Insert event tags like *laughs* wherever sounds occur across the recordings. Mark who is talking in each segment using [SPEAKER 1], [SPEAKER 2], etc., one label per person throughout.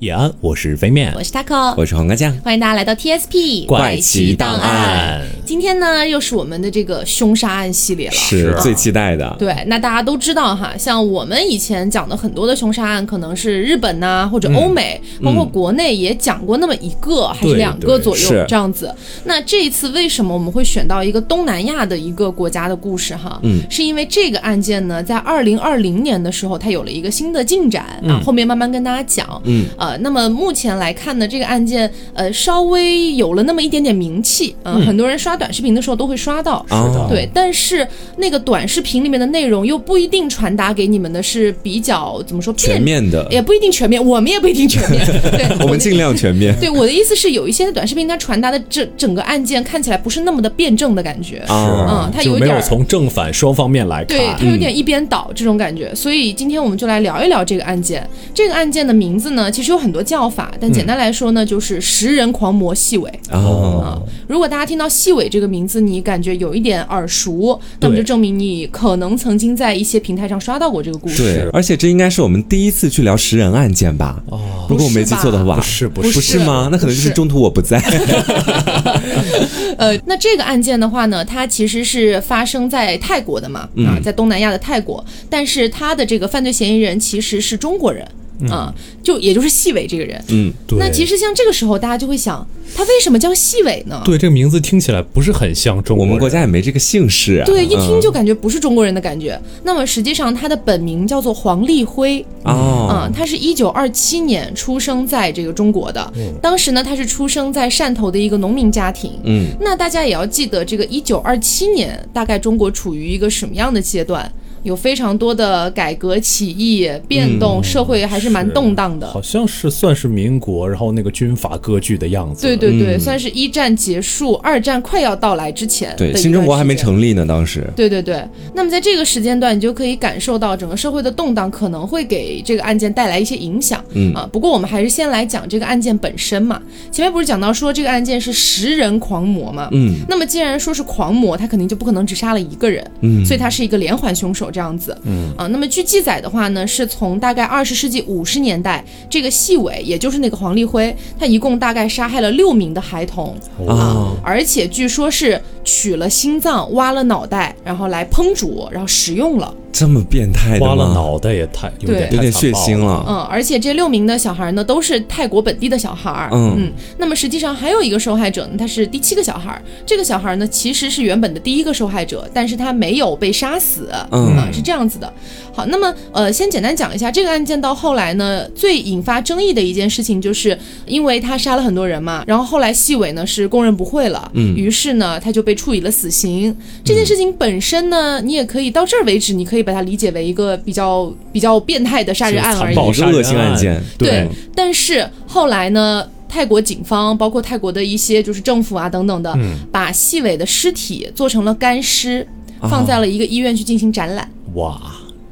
[SPEAKER 1] 叶安，我是飞面，
[SPEAKER 2] 我是 Taco，
[SPEAKER 3] 我是黄瓜酱。
[SPEAKER 2] 欢迎大家来到 TSP
[SPEAKER 1] 怪奇档案。
[SPEAKER 2] 今天呢，又是我们的这个凶杀案系列
[SPEAKER 1] 啊
[SPEAKER 2] 了。
[SPEAKER 3] 是最期待的，
[SPEAKER 2] 对，那大家都知道哈，像我们以前讲的很多的凶杀案，可能是日本呐、或者欧美，包括国内也讲过那么一个、还是
[SPEAKER 1] 嗯对
[SPEAKER 2] 两个
[SPEAKER 1] 对
[SPEAKER 2] 左右
[SPEAKER 3] 是
[SPEAKER 2] 这样子。那这一次为什么我们会选到一个东南亚的一个国家的故事哈？嗯，是因为这个案件呢，在二零二零年的时候，它有了一个新的进展、
[SPEAKER 3] 嗯
[SPEAKER 2] 啊，后面慢慢跟大家讲。嗯，呃，那么目前来看呢，这个案件呃稍微有了那么一点点名气，啊、很多人刷短视频的时候都会刷到。
[SPEAKER 3] 嗯啊是的
[SPEAKER 2] 对，但是那个短视频里面的内容又不一定传达给你们的是比较怎么说便
[SPEAKER 3] 全面的，
[SPEAKER 2] 也不一定全面，我们也不一定全
[SPEAKER 3] *laughs*
[SPEAKER 2] 面。对，
[SPEAKER 3] 我们尽量全面。
[SPEAKER 2] 对我的意思是，有一些短视频它传达的这整个案件看起来不是那么的辩证的感觉，
[SPEAKER 3] 啊，
[SPEAKER 2] *laughs*
[SPEAKER 3] 嗯
[SPEAKER 2] 嗯，它
[SPEAKER 1] 就
[SPEAKER 2] 有一
[SPEAKER 1] 没
[SPEAKER 2] 点
[SPEAKER 1] 有
[SPEAKER 2] 儿。
[SPEAKER 1] 从正反双方面来
[SPEAKER 2] 对，
[SPEAKER 1] 看
[SPEAKER 2] 它。有点一边倒这种感觉，所以今天我们就来聊一聊这个案件。这个案件的名字呢，其实有很多叫法，
[SPEAKER 3] 嗯
[SPEAKER 2] 但简单来说呢，就是食人狂魔细尾。
[SPEAKER 1] 嗯
[SPEAKER 3] 哦，
[SPEAKER 2] 如果大家听到细尾这个名字，你感觉有一点耳熟，那么
[SPEAKER 1] 对
[SPEAKER 2] 就证明你可能曾经在一些平台上刷到过这个故事。
[SPEAKER 3] 对，而且这应该是我们第一次去聊食人案件吧？哦，如果我没记错的话，
[SPEAKER 1] 不是吧不是
[SPEAKER 3] 不是
[SPEAKER 2] 不是
[SPEAKER 3] 吗？那可能就
[SPEAKER 2] 不
[SPEAKER 3] 是
[SPEAKER 2] 是
[SPEAKER 3] 中途我不
[SPEAKER 1] *laughs*
[SPEAKER 3] 在。
[SPEAKER 2] 呃，那这个案件的话呢，它其实是发生在泰国的
[SPEAKER 3] 嗯
[SPEAKER 2] 嘛，啊，在东南亚的泰国，但是他的这个犯罪嫌疑人其实是中国人。啊、就也就是细尾这个人，
[SPEAKER 3] 嗯，
[SPEAKER 1] 对
[SPEAKER 2] 那其实像这个时候，大家就会想，他为什么叫细尾呢？
[SPEAKER 1] 对这个名字听起来不是很像中国
[SPEAKER 3] 我
[SPEAKER 1] 人，
[SPEAKER 3] 们国家也没这个姓氏啊。
[SPEAKER 2] 对，一听
[SPEAKER 3] 嗯
[SPEAKER 2] 就感觉不是中国人的感觉。那么实际上，他的本名叫做黄立辉，
[SPEAKER 1] 嗯
[SPEAKER 3] 哦，
[SPEAKER 2] 啊，他是一九二七年出生在这个中国的，当时呢，他是出生在汕头的一个农民家庭。
[SPEAKER 3] 嗯，
[SPEAKER 2] 那大家也要记得，这个一九二七年，大概中国处于一个什么样的阶段？有非常多的改革起义、变
[SPEAKER 3] 嗯
[SPEAKER 2] 动，社会还是蛮动荡的。
[SPEAKER 1] 好像是算是民国，然后那个军阀割据的样子。
[SPEAKER 2] 对对对，
[SPEAKER 3] 嗯
[SPEAKER 2] 算是一战结束、二战快要到来之前的一
[SPEAKER 3] 对，
[SPEAKER 2] 段
[SPEAKER 3] 新中国还没
[SPEAKER 2] 时间
[SPEAKER 3] 成立呢，当时。
[SPEAKER 2] 对对对，那么在这个时间段，你就可以感受到整个社会的动荡可能会给这个案件带来一些影响。
[SPEAKER 3] 嗯
[SPEAKER 2] 啊，不过我们还是先来讲这个案件本身嘛。前面不是讲到说这个案件是食人狂魔嘛？
[SPEAKER 3] 嗯
[SPEAKER 2] 那么既然说是狂魔，他肯定就不可能只杀了一个人，
[SPEAKER 3] 嗯，
[SPEAKER 2] 所以他是一个连环凶手这样子。嗯啊，那么据记载的话呢，是从大概二十世纪五十年代，这个细尾，也就是那个黄立辉，他一共大概杀害了六名的孩童啊
[SPEAKER 3] 哦，
[SPEAKER 2] 而且据说是取了心脏、挖了脑袋，然后来烹煮，然后食用了。
[SPEAKER 3] 这么变态的
[SPEAKER 1] 挖了
[SPEAKER 3] 吗？
[SPEAKER 1] 脑袋也太有点
[SPEAKER 2] 对
[SPEAKER 3] 有点
[SPEAKER 1] 太
[SPEAKER 3] 血
[SPEAKER 1] 残暴
[SPEAKER 3] 腥。了。
[SPEAKER 2] 嗯，而且这六名的小孩呢，都是泰国本地的小孩儿。
[SPEAKER 3] 嗯
[SPEAKER 2] 那么实际上还有一个受害者呢，他是第七个小孩儿。这个小孩儿呢，其实是原本的第一个受害者，但是他没有被杀死。
[SPEAKER 3] 嗯
[SPEAKER 2] 啊是这样子的。好，那么呃，先简单讲一下这个案件到后来呢，最引发争议的一件事情，就是因为他杀了很多人嘛，然后后来细尾呢是供认不讳了，嗯，于是呢他就被处以了死刑。这件事情本身呢，你也可以到这儿为止，你可以把它理解为一个比较比较变态的杀人案而
[SPEAKER 1] 残
[SPEAKER 2] 已。
[SPEAKER 1] 暴
[SPEAKER 3] 一个
[SPEAKER 1] 杀人
[SPEAKER 3] 恶性案件
[SPEAKER 1] 对
[SPEAKER 2] 对，但是后来呢，泰国警方包括泰国的一些就是政府啊等等的，
[SPEAKER 1] 嗯
[SPEAKER 2] 把细尾的尸体做成了干尸，
[SPEAKER 1] 哦
[SPEAKER 2] 放在了一个医院去进行展览。
[SPEAKER 1] 哇。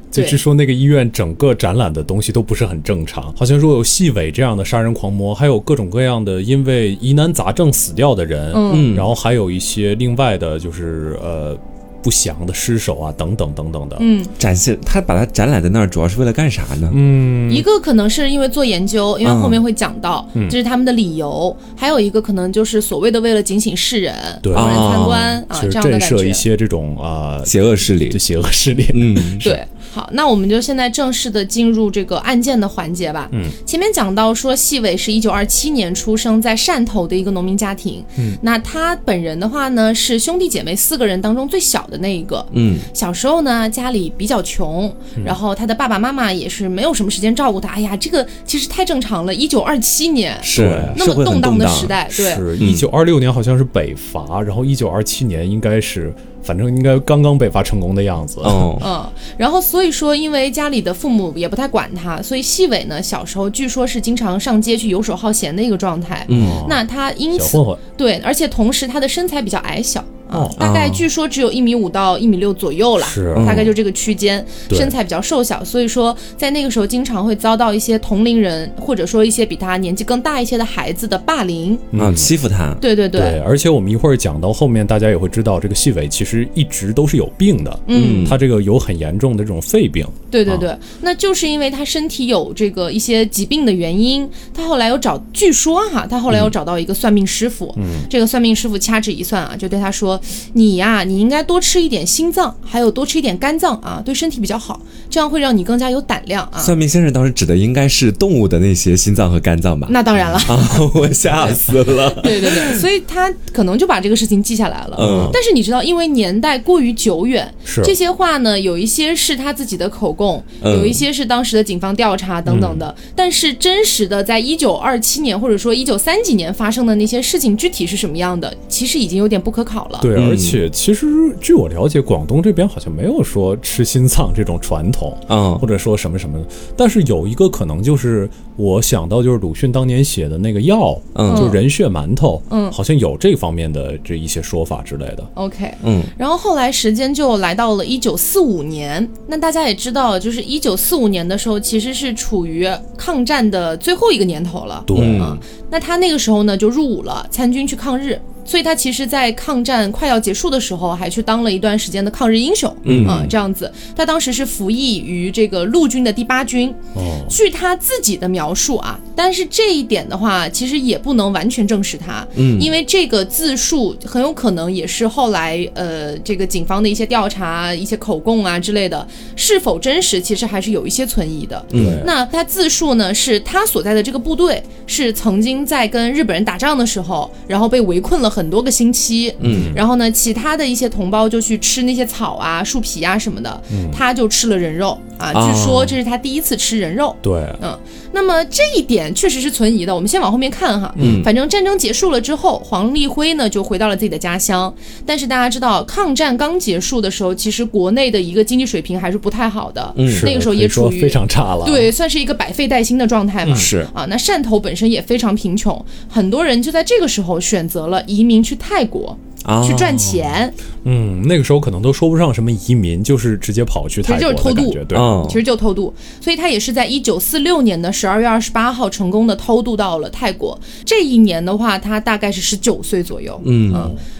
[SPEAKER 1] 就
[SPEAKER 2] 对
[SPEAKER 1] 据说那个医院整个展览的东西都不是很正常，好像说有细尾这样的杀人狂魔，还有各种各样的因为疑难杂症死掉的人，嗯，然后还有一些另外的就是呃不祥的尸首啊等等等等的，嗯，
[SPEAKER 3] 展现他把它展览在那儿，主要是为了干啥呢？
[SPEAKER 1] 嗯
[SPEAKER 2] 一个可能是因为做研究，因为后面会讲到，这是他们的理由；还有一个可能就是所谓的为了警醒世人，
[SPEAKER 1] 嗯对
[SPEAKER 2] 让人参
[SPEAKER 3] 啊
[SPEAKER 2] 观啊
[SPEAKER 1] 其
[SPEAKER 2] 这
[SPEAKER 1] 实
[SPEAKER 2] 样的
[SPEAKER 1] 震
[SPEAKER 2] 感
[SPEAKER 1] 慑一
[SPEAKER 2] 觉。
[SPEAKER 1] 些这种啊、
[SPEAKER 3] 邪恶势力
[SPEAKER 1] 就。邪恶势力， *laughs*
[SPEAKER 3] 嗯，
[SPEAKER 2] 对，好，那我们就现在正式的进入这个案件的环节吧。嗯，前面讲到说，细伟是一九二七年出生在汕头的一个农民家庭。嗯，那他本人的话呢，是兄弟姐妹四个人当中最小的那一个。
[SPEAKER 3] 嗯，
[SPEAKER 2] 小时候呢，家里比较穷，然后他的爸爸妈妈也是没有什么时间照顾他。哎呀，这个其实太正常了。一九二七年，
[SPEAKER 3] 是
[SPEAKER 1] 对
[SPEAKER 2] 那
[SPEAKER 3] 社
[SPEAKER 2] 么
[SPEAKER 3] 会很
[SPEAKER 2] 荡
[SPEAKER 3] 动
[SPEAKER 2] 的
[SPEAKER 3] 荡
[SPEAKER 2] 时，代，对，
[SPEAKER 1] 是一九二六年好像是北伐，然后一九二七年应该是，反正应该刚刚北伐成功的样子。
[SPEAKER 3] 哦，
[SPEAKER 2] 嗯，然后所以说，因为家里的父母也不太管他，所以细伟呢，小时候据说是经常上街去游手好闲的一个状态。
[SPEAKER 3] 嗯，
[SPEAKER 2] 那他因
[SPEAKER 1] 哦小
[SPEAKER 2] 此
[SPEAKER 1] 混混，哦
[SPEAKER 2] 对，而且同时他的身材比较矮小，啊，大概据说只有一米五到一米六左右啦，
[SPEAKER 1] 是
[SPEAKER 2] 大概就这个区间，
[SPEAKER 1] 对
[SPEAKER 2] 身材比较瘦小，所以说在那个时候经常会遭到一些同龄人或者说一些比他年纪更大一些的孩子的霸凌。
[SPEAKER 1] 嗯
[SPEAKER 3] 啊，欺负他，
[SPEAKER 2] 对对对，
[SPEAKER 1] 对，而且我们一会儿讲到后面，大家也会知道，这个细尾其实一直都是有病的，
[SPEAKER 2] 嗯，
[SPEAKER 1] 他这个有很严重的这种肺病，
[SPEAKER 2] 对对对，那就是因为他身体有这个一些疾病的原因，他后来又找，据说哈，他后来又找到一个算命师傅，嗯，这个算命师傅掐指一算啊，就对他说，你呀、你应该多吃一点心脏，还有多吃一点肝脏啊，对身体比较好，这样会让你更加有胆量啊。
[SPEAKER 3] 算命先生当时指的应该是动物的那些心脏和肝脏吧？
[SPEAKER 2] 那当然了。
[SPEAKER 3] 啊，我吓死了。
[SPEAKER 2] 对对对，所以他可能就把这个事情记下来了。
[SPEAKER 3] 嗯
[SPEAKER 2] 但是你知道，因为年代过于久远，
[SPEAKER 1] 是
[SPEAKER 2] 这些话呢，有一些是他自己的口供，
[SPEAKER 3] 嗯
[SPEAKER 2] 有一些是当时的警方调查等等的。但是真实的，在一九二七年或者说一九三几年发生的那些事情，具体是什么样的，其实已经有点不可考了。
[SPEAKER 1] 对，
[SPEAKER 3] 嗯
[SPEAKER 1] 而且其实据我了解，广东这边好像没有说吃心脏这种传统，
[SPEAKER 3] 嗯
[SPEAKER 1] 或者说什么什么的。但是有一个可能就是我想到就是鲁迅当年写的那个药，
[SPEAKER 3] 嗯
[SPEAKER 1] 就人血馒头，
[SPEAKER 2] 嗯
[SPEAKER 1] 好像有这方面的这一些说法之类的。
[SPEAKER 2] OK，
[SPEAKER 3] 嗯，
[SPEAKER 2] 然后后来时间就来到了一九四五年。那大家也知道，就是一九四五年的时候，其实是处于抗战的最后一个年头了。
[SPEAKER 1] 对
[SPEAKER 2] 啊，那他那个时候呢就入伍了，参军去抗日。所以他其实，在抗战快要结束的时候，还去当了一段时间的抗日英雄，嗯啊、这样子。他当时是服役于这个陆军的第八军，
[SPEAKER 1] 哦，
[SPEAKER 2] 据他自己的描述啊，但是这一点的话，其实也不能完全证实他，嗯，因为这个自述很有可能也是后来呃，这个警方的一些调查、一些口供啊之类的，是否真实，其实还是有一些存疑的。
[SPEAKER 1] 对，
[SPEAKER 2] 那他自述呢，是他所在的这个部队是曾经在跟日本人打仗的时候，然后被围困了很多个星期。嗯，然后呢，其他的一些同胞就去吃那些草啊、树皮啊什么的，他就吃了人肉啊。
[SPEAKER 3] 啊
[SPEAKER 2] 据说这是他第一次吃人肉。
[SPEAKER 1] 对，
[SPEAKER 2] 嗯，那么这一点确实是存疑的。我们先往后面看哈。嗯，反正战争结束了之后，黄立辉呢就回到了自己的家乡。但是大家知道，抗战刚结束的时候，其实国内的一个经济水平还是不太好的。嗯
[SPEAKER 1] 是
[SPEAKER 2] 那个时候
[SPEAKER 1] 可以
[SPEAKER 2] 也
[SPEAKER 1] 说
[SPEAKER 2] 处于
[SPEAKER 1] 非常嗯差了。
[SPEAKER 2] 对，算是一个百废待兴的状态嘛。
[SPEAKER 3] 是
[SPEAKER 2] 啊，那汕头本身也非常贫穷，很多人就在这个时候选择了移民去泰国。
[SPEAKER 3] 啊
[SPEAKER 1] 哦
[SPEAKER 2] 去赚钱，
[SPEAKER 1] 嗯，那个时候可能都说不上什么移民，就是直接跑去泰
[SPEAKER 2] 其
[SPEAKER 1] 国
[SPEAKER 2] 实就
[SPEAKER 1] 的
[SPEAKER 2] 是偷渡
[SPEAKER 1] 感觉，对，
[SPEAKER 3] 嗯
[SPEAKER 2] 其实就偷渡，所以他也是在一九四六年的十二月二十八号成功的偷渡到了泰国。这一年的话，他大概是十九岁左右，嗯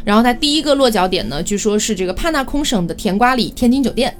[SPEAKER 2] 然后他第一个落脚点呢，据说是这个帕纳空省的甜瓜里天津酒店。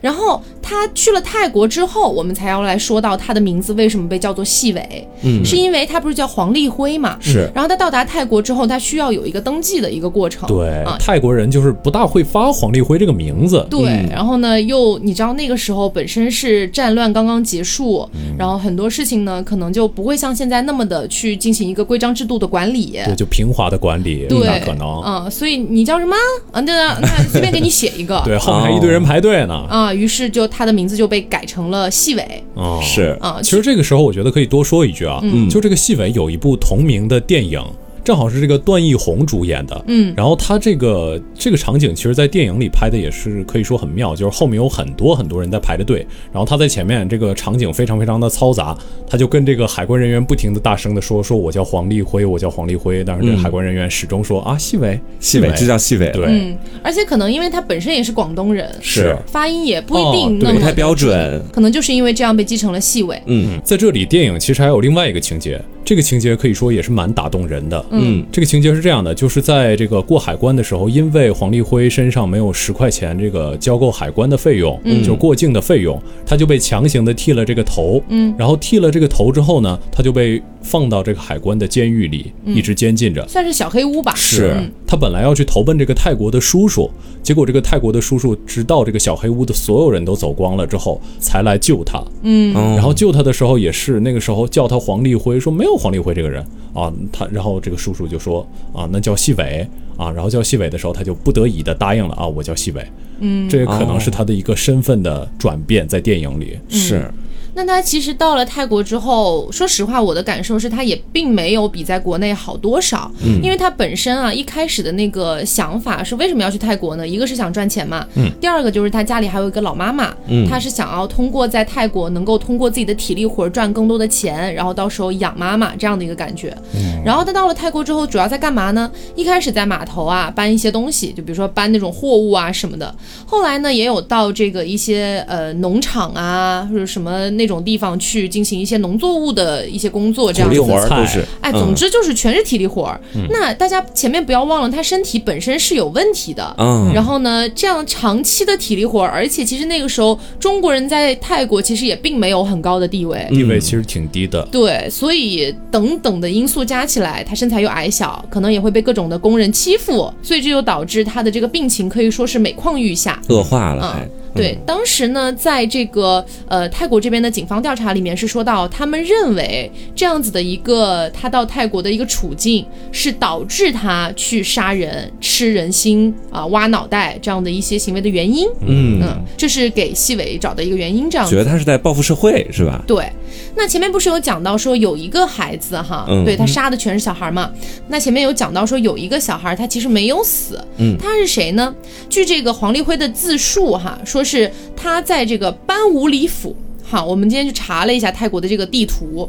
[SPEAKER 2] 然后他去了泰国之后，我们才要来说到他的名字为什么被叫做细尾，嗯，是因为他不是叫黄立辉嘛，
[SPEAKER 1] 是
[SPEAKER 2] 然后他到达泰国之后，他需要有一个登记的一个过程，
[SPEAKER 1] 对
[SPEAKER 2] 啊，，
[SPEAKER 1] 泰国人就是不大会发黄立辉这个名字，
[SPEAKER 2] 对，然后呢，又你知道那个时候本身是战乱刚刚结束，
[SPEAKER 1] 嗯
[SPEAKER 2] 然后很多事情呢，可能就不会像现在那么的去进行一个规章制度的管理。
[SPEAKER 1] 对，就平滑的管理不
[SPEAKER 2] 对，
[SPEAKER 1] 大可能。
[SPEAKER 2] 嗯，所以你叫什么？啊，那那随便给你写一个。
[SPEAKER 1] *laughs* 对，后面还一堆人排队呢。
[SPEAKER 2] 啊，于是就他的名字就被改成了细尾
[SPEAKER 1] 哦，
[SPEAKER 3] 是
[SPEAKER 2] 啊。
[SPEAKER 1] 其实这个时候，我觉得可以多说一句啊，就这个细尾有一部同名的电影。正好是这个段奕宏主演的，嗯，然后他这个这个场景，其实，在电影里拍的也是可以说很妙，就是后面有很多很多人在排着队，然后他在前面，这个场景非常非常的嘈杂，他就跟这个海关人员不停的大声的说，说我叫黄立辉，我叫黄立辉，但是这个海关人员始终说、啊，细尾，
[SPEAKER 3] 细尾，这叫细尾，
[SPEAKER 1] 对，
[SPEAKER 2] 嗯，而且可能因为他本身也是广东人，
[SPEAKER 1] 是
[SPEAKER 2] 发音也不一
[SPEAKER 1] 哦
[SPEAKER 2] 定
[SPEAKER 1] 对
[SPEAKER 2] 那
[SPEAKER 3] 不
[SPEAKER 2] 么、
[SPEAKER 3] 太标，准。
[SPEAKER 2] 可能就是因为这样被记成了细尾。
[SPEAKER 1] 在这里，电影其实还有另外一个情节，这个情节可以说也是蛮打动人的。
[SPEAKER 3] 嗯，
[SPEAKER 1] 这个情节是这样的，就是在这个过海关的时候，因为黄立辉身上没有十块钱这个交够海关的费用，就过境的费用，他就被强行的剃了这个头。嗯，然后剃了这个头之后呢，他就被放到这个海关的监狱里，一直监禁着。
[SPEAKER 2] 算是小黑屋吧，
[SPEAKER 1] 嗯是他本来要去投奔这个泰国的叔叔，结果这个泰国的叔叔直到这个小黑屋的所有人都走光了之后，才来救他。嗯，然后救他的时候也是那个时候叫他黄立辉，说没有黄立辉这个人啊，他然后这个叔叔就说啊，那叫细伟啊，然后叫细伟的时候，他就不得已的答应了啊，我叫细伟。嗯，这也可能是他的一个身份的转变，在电影里。
[SPEAKER 3] 是，
[SPEAKER 2] 那它其实到了泰国之后，说实话，我的感受是它也并没有比在国内好多少，因为它本身啊一开始的那个想法是为什么要去泰国呢？一个是想赚钱嘛，第二个就是他家里还有一个老妈妈，他是想要通过在泰国能够通过自己的体力活儿赚更多的钱，然后到时候养妈妈这样的一个感觉。
[SPEAKER 3] 嗯
[SPEAKER 2] 然后他到了泰国之后，主要在干嘛呢？一开始在码头啊搬一些东西，就比如说搬那种货物啊什么的。后来呢，也有到这个一些呃农场啊或者什么那种地方去进行一些农作物的一些工作，这
[SPEAKER 3] 苦
[SPEAKER 2] 样
[SPEAKER 3] 力
[SPEAKER 2] 子。
[SPEAKER 3] 活儿
[SPEAKER 1] 菜
[SPEAKER 3] 都是，
[SPEAKER 2] 哎，
[SPEAKER 3] 嗯
[SPEAKER 2] 总之就是全是体力活儿。那大家前面不要忘了，他身体本身是有问题的。
[SPEAKER 3] 嗯
[SPEAKER 2] 然后呢，这样长期的体力活儿，而且其实那个时候中国人在泰国其实也并没有很高的地位。
[SPEAKER 1] 地位其实挺低的。
[SPEAKER 2] 对，所以等等的因素加起来，他身材又矮小，可能也会被各种的工人欺负，所以这就导致他的这个病情可以说是每况愈下。
[SPEAKER 3] 恶化了
[SPEAKER 2] 嗯
[SPEAKER 3] 还，
[SPEAKER 2] 对，当时呢，在这个呃泰国这边的警方调查里面是说到，他们认为这样子的一个他到泰国的一个处境，是导致他去杀人、吃人心啊、挖脑袋这样的一些行为的原因。
[SPEAKER 3] 嗯，
[SPEAKER 2] 嗯，这是给细伟找的一个原因，这样
[SPEAKER 3] 觉
[SPEAKER 2] 子。
[SPEAKER 3] 得他是在报复社会是吧？
[SPEAKER 2] 对，那前面不是有讲到说有一个孩子哈，
[SPEAKER 3] 嗯
[SPEAKER 2] 对他杀的全是小孩嘛？那前面有讲到说有一个小孩他其实没有死，
[SPEAKER 3] 嗯
[SPEAKER 2] 他是谁呢？据这个黄立辉的自述哈，说是他在这个班武里府。哈，我们今天去查了一下泰国的这个地图，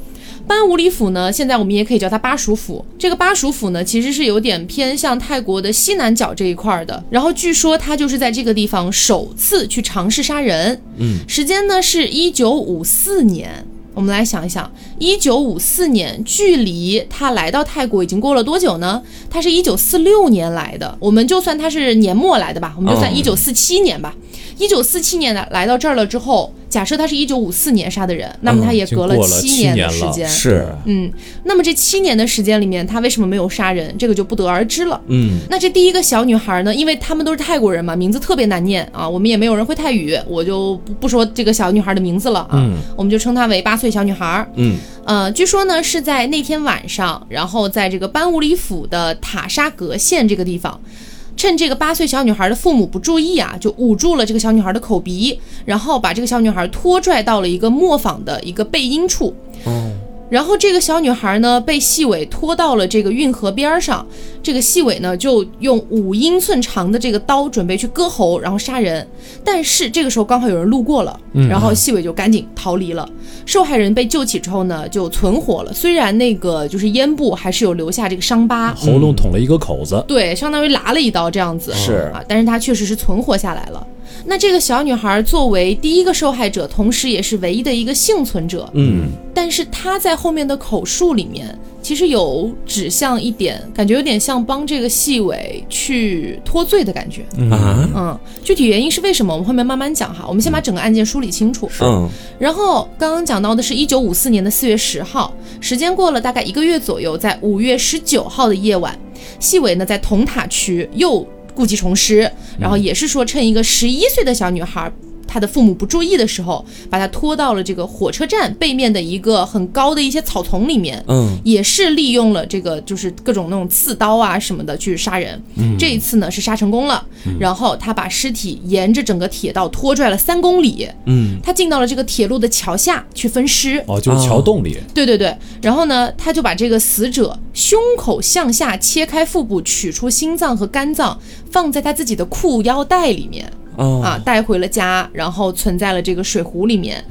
[SPEAKER 2] 班武里府呢，现在我们也可以叫它巴蜀府。这个巴蜀府呢，其实是有点偏向泰国的西南角这一块儿的。然后据说他就是在这个地方首次去尝试杀人，嗯，时间呢是一九五四年。我们来想一想，一九五四年距离他来到泰国已经过了多久呢？他是一九四六年来的，我们就算他是年末来的吧，我们就算
[SPEAKER 3] 哦
[SPEAKER 2] 一九四七年吧。一九四七年来来到这儿了之后，假设他是一九五四年杀的人，那么他也
[SPEAKER 1] 已经
[SPEAKER 2] 隔了
[SPEAKER 1] 嗯过了
[SPEAKER 2] 七
[SPEAKER 1] 七
[SPEAKER 2] 年的
[SPEAKER 1] 年
[SPEAKER 2] 时
[SPEAKER 1] 了
[SPEAKER 2] 间。
[SPEAKER 3] 是，
[SPEAKER 2] 嗯，那么这七年的时间里面，他为什么没有杀人，这个就不得而知了。
[SPEAKER 3] 嗯，
[SPEAKER 2] 那这第一个小女孩呢，因为他们都是泰国人嘛，名字特别难念啊，我们也没有人会泰语，我就不不说这个小女孩的名字了啊，我们就称她为八岁小女孩。
[SPEAKER 3] 嗯，
[SPEAKER 2] 呃，据说呢是在那天晚上，然后在这个班武里府的塔沙格县这个地方。趁这个八岁小女孩的父母不注意啊，就捂住了这个小女孩的口鼻，然后把这个小女孩拖拽到了一个磨坊的一个背阴处。然后这个小女孩呢，被细尾拖到了这个运河边儿上。这个细尾呢，就用五英寸长的这个刀准备去割喉，然后杀人。但是这个时候刚好有人路过了，然后细尾就赶紧逃离了。受害人被救起之后呢，就存活了。虽然那个就是咽部还是有留下这个伤疤，
[SPEAKER 1] 喉咙捅了一个口子，
[SPEAKER 2] 对，相当于剌了一刀这样子，
[SPEAKER 3] 是
[SPEAKER 2] 啊，但是她确实是存活下来了。那这个小女孩作为第一个受害者，同时也是唯一的一个幸存者，
[SPEAKER 3] 嗯，
[SPEAKER 2] 但是她在后面的口述里面，其实有指向一点，感觉有点像帮这个细尾去脱罪的感觉。
[SPEAKER 3] 啊，
[SPEAKER 2] 嗯，具体原因是为什么，我们后面慢慢讲哈。我们先把整个案件梳理清楚。
[SPEAKER 3] 嗯
[SPEAKER 2] 然后刚刚讲到的是一九五四年的四月十号，时间过了大概一个月左右，在五月十九号的夜晚，细伟呢在铜塔区又故技重施，然后也是说趁一个十一岁的小女孩。她的父母不注意的时候，把她拖到了这个火车站背面的一个很高的一些草丛里面，
[SPEAKER 3] 嗯，
[SPEAKER 2] 也是利用了这个就是各种那种刺刀啊什么的去杀人。这一次呢是杀成功了，然后他把尸体沿着整个铁道拖拽了三公里，
[SPEAKER 3] 嗯，
[SPEAKER 2] 他进到了这个铁路的桥下去分尸。
[SPEAKER 1] 哦，就是桥洞里，
[SPEAKER 2] 对对对，然后呢，他就把这个死者胸口向下切开腹部，取出心脏和肝脏，放在他自己的裤腰带里面。
[SPEAKER 3] 哦，
[SPEAKER 2] 啊，带回了家，然后存在了这个水壶里面。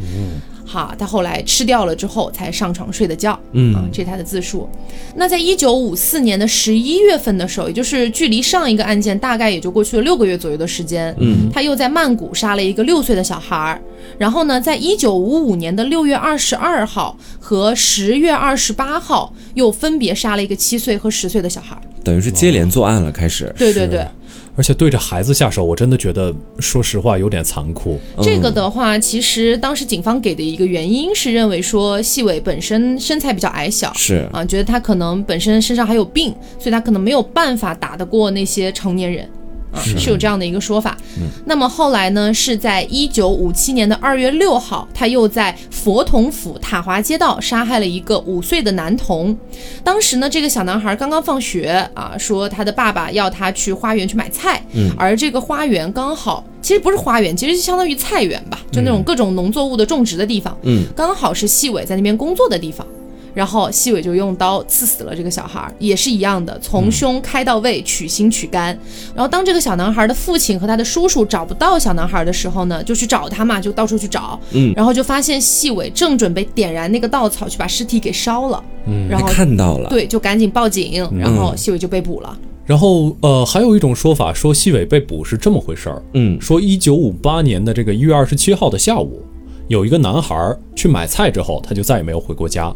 [SPEAKER 2] 好，他后来吃掉了之后才上床睡的觉。
[SPEAKER 3] 嗯
[SPEAKER 2] 啊，这是他的自述。那在一九五四年的十一月份的时候，也就是距离上一个案件大概也就过去了六个月左右的时间，
[SPEAKER 3] 嗯，
[SPEAKER 2] 他又在曼谷杀了一个六岁的小孩儿。然后呢，在一九五五年的六月二十二号和十月二十八号，又分别杀了一个七岁和十岁的小孩儿。
[SPEAKER 3] 等于是接连作案了，开始，
[SPEAKER 2] 对对对。
[SPEAKER 1] 而且对着孩子下手，我真的觉得，说实话有点残酷。
[SPEAKER 2] 这个的话，其实当时警方给的一个原因是认为说细伟本身身材比较矮小，
[SPEAKER 3] 是
[SPEAKER 2] 啊，觉得他可能本身身上还有病，所以他可能没有办法打得过那些成年人。啊，是有这样的一个说法。那么后来呢，是在一九五七年的二月六号，他又在佛统府塔华街道杀害了一个五岁的男童。当时呢，这个小男孩刚刚放学啊，说他的爸爸要他去花园去买菜，而这个花园刚好。其实不是花园，其实就相当于菜园吧，就那种各种农作物的种植的地方。
[SPEAKER 3] 嗯，
[SPEAKER 2] 刚好是细伟在那边工作的地方，然后细伟就用刀刺死了这个小孩儿，也是一样的，从胸开到胃，取心取肝。然后当这个小男孩的父亲和他的叔叔找不到小男孩的时候呢，就去找他嘛，就到处去找。
[SPEAKER 3] 嗯，
[SPEAKER 2] 然后就发现细伟正准备点燃那个稻草去把尸体给烧了。嗯，然后
[SPEAKER 3] 还看到了，
[SPEAKER 2] 对，就赶紧报警，然
[SPEAKER 3] 嗯
[SPEAKER 2] 后细伟就被捕了。
[SPEAKER 1] 然后，呃，还有一种说法说，细伟被捕是这么回事儿。
[SPEAKER 3] 嗯
[SPEAKER 1] 说一九五八年的这个一月二十七号的下午，有一个男孩儿去买菜之后，他就再也没有回过家。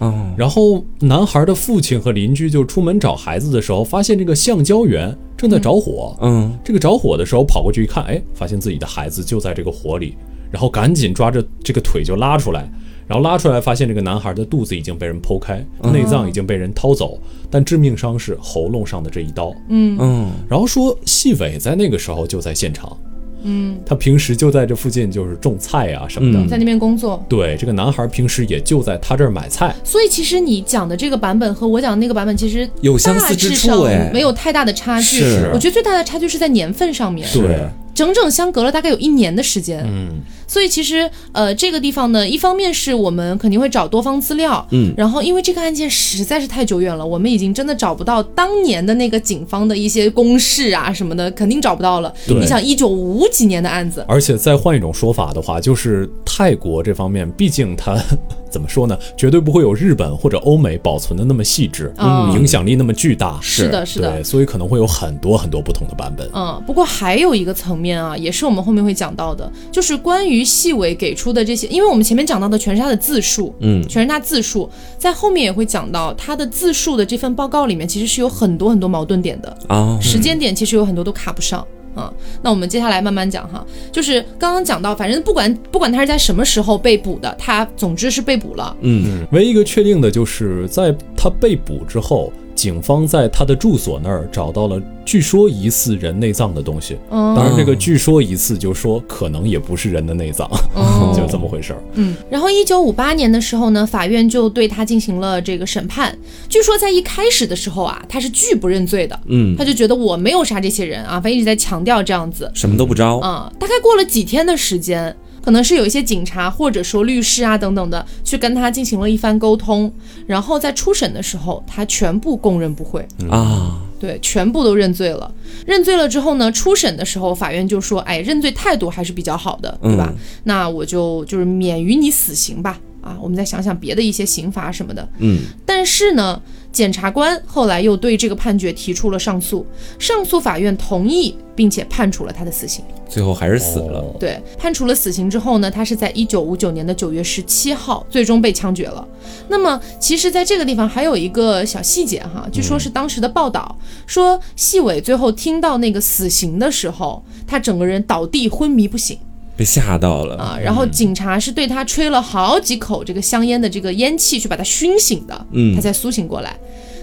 [SPEAKER 3] 哦，
[SPEAKER 1] 然后，男孩的父亲和邻居就出门找孩子的时候，发现这个橡胶园正在着火。
[SPEAKER 3] 嗯，
[SPEAKER 1] 这个着火的时候跑过去一看，哎，发现自己的孩子就在这个火里，然后赶紧抓着这个腿就拉出来，然后拉出来发现这个男孩的肚子已经被人剖开，
[SPEAKER 3] 嗯
[SPEAKER 1] 内脏已经被人掏走，但致命伤是喉咙上的这一刀。
[SPEAKER 3] 嗯，
[SPEAKER 1] 然后说细伟在那个时候就在现场，嗯，他平时就在这附近就是种菜啊什么的。
[SPEAKER 3] 嗯
[SPEAKER 2] 在那边工作，
[SPEAKER 1] 对，这个男孩平时也就在他这儿买菜，
[SPEAKER 2] 所以其实你讲的这个版本和我讲的那个版本其实
[SPEAKER 3] 有相似之处哎
[SPEAKER 2] 大致上没有太大的差距。
[SPEAKER 3] 是
[SPEAKER 2] 我觉得最大的差距是在年份上面，
[SPEAKER 1] 对
[SPEAKER 3] 是
[SPEAKER 2] 整整相隔了大概有一年的时间。
[SPEAKER 1] 嗯，
[SPEAKER 2] 所以其实呃，这个地方呢，一方面是我们肯定会找多方资料，
[SPEAKER 3] 嗯
[SPEAKER 2] 然后因为这个案件实在是太久远了，我们已经真的找不到当年的那个警方的一些公示啊什么的，肯定找不到了。
[SPEAKER 1] 对
[SPEAKER 2] 你想一九五几年的案子，
[SPEAKER 1] 而且再换一种说法的话，就是泰国这方面，毕竟它 *laughs* 怎么说呢，绝对不会有日本或者欧美保存的那么细致，嗯
[SPEAKER 2] 哦
[SPEAKER 1] 影响力那么巨大。
[SPEAKER 2] 是的是的
[SPEAKER 1] 对，所以可能会有很多很多不同的版本。
[SPEAKER 2] 嗯，不过还有一个层面啊，也是我们后面会讲到的，就是关于细伟给出的这些，因为我们前面讲到的全是他的自述，
[SPEAKER 3] 嗯
[SPEAKER 2] 全是他自述，在后面也会讲到他的自述的这份报告里面，其实是有很多很多矛盾点的，
[SPEAKER 3] 哦，
[SPEAKER 2] 时间点其实有很多都卡不上。啊，那我们接下来慢慢讲哈，就是刚刚讲到，反正不管不管他是在什么时候被捕的，他总之是被捕了。
[SPEAKER 3] 嗯
[SPEAKER 1] 唯一一个确定的就是，在他被捕之后，警方在他的住所那儿找到了据说疑似人内脏的东西。
[SPEAKER 2] 嗯
[SPEAKER 1] 当然，这个据说疑似就说可能也不是人的内脏，
[SPEAKER 2] 哦
[SPEAKER 1] *laughs* 就这么回事儿。
[SPEAKER 2] 嗯，然后一九五八年的时候呢，法院就对他进行了这个审判。据说在一开始的时候啊，他是拒不认罪的，
[SPEAKER 3] 嗯，
[SPEAKER 2] 他就觉得我没有杀这些人啊，反正一直在强调这样子。
[SPEAKER 3] 什么都不招，
[SPEAKER 2] 啊、大概过了几天的时间，可能是有一些警察或者说律师啊等等的去跟他进行了一番沟通，然后在初审的时候，他全部供认不讳。
[SPEAKER 3] 啊，
[SPEAKER 2] 对，全部都认罪了。认罪了之后呢，初审的时候，法院就说：“哎，认罪态度还是比较好的，对吧？那我就就是免于你死刑吧。”啊，我们再想想别的一些刑罚什么的。
[SPEAKER 3] 嗯
[SPEAKER 2] 但是呢，检察官后来又对这个判决提出了上诉，上诉法院同意，并且判处了他的死刑。
[SPEAKER 3] 最后还是死了，
[SPEAKER 1] 哦
[SPEAKER 2] 对，判处了死刑之后呢，他是在一九五九年的九月十七号最终被枪决了。那么，其实在这个地方还有一个小细节哈，据
[SPEAKER 3] 嗯
[SPEAKER 2] 说是当时的报道、说，细伟最后听到那个死刑的时候，他整个人倒地昏迷不醒
[SPEAKER 3] 被吓到了，
[SPEAKER 2] 啊，然后警察是对他吹了好几口这个香烟的这个烟气去把他熏醒的，
[SPEAKER 3] 嗯
[SPEAKER 2] 他才苏醒过来。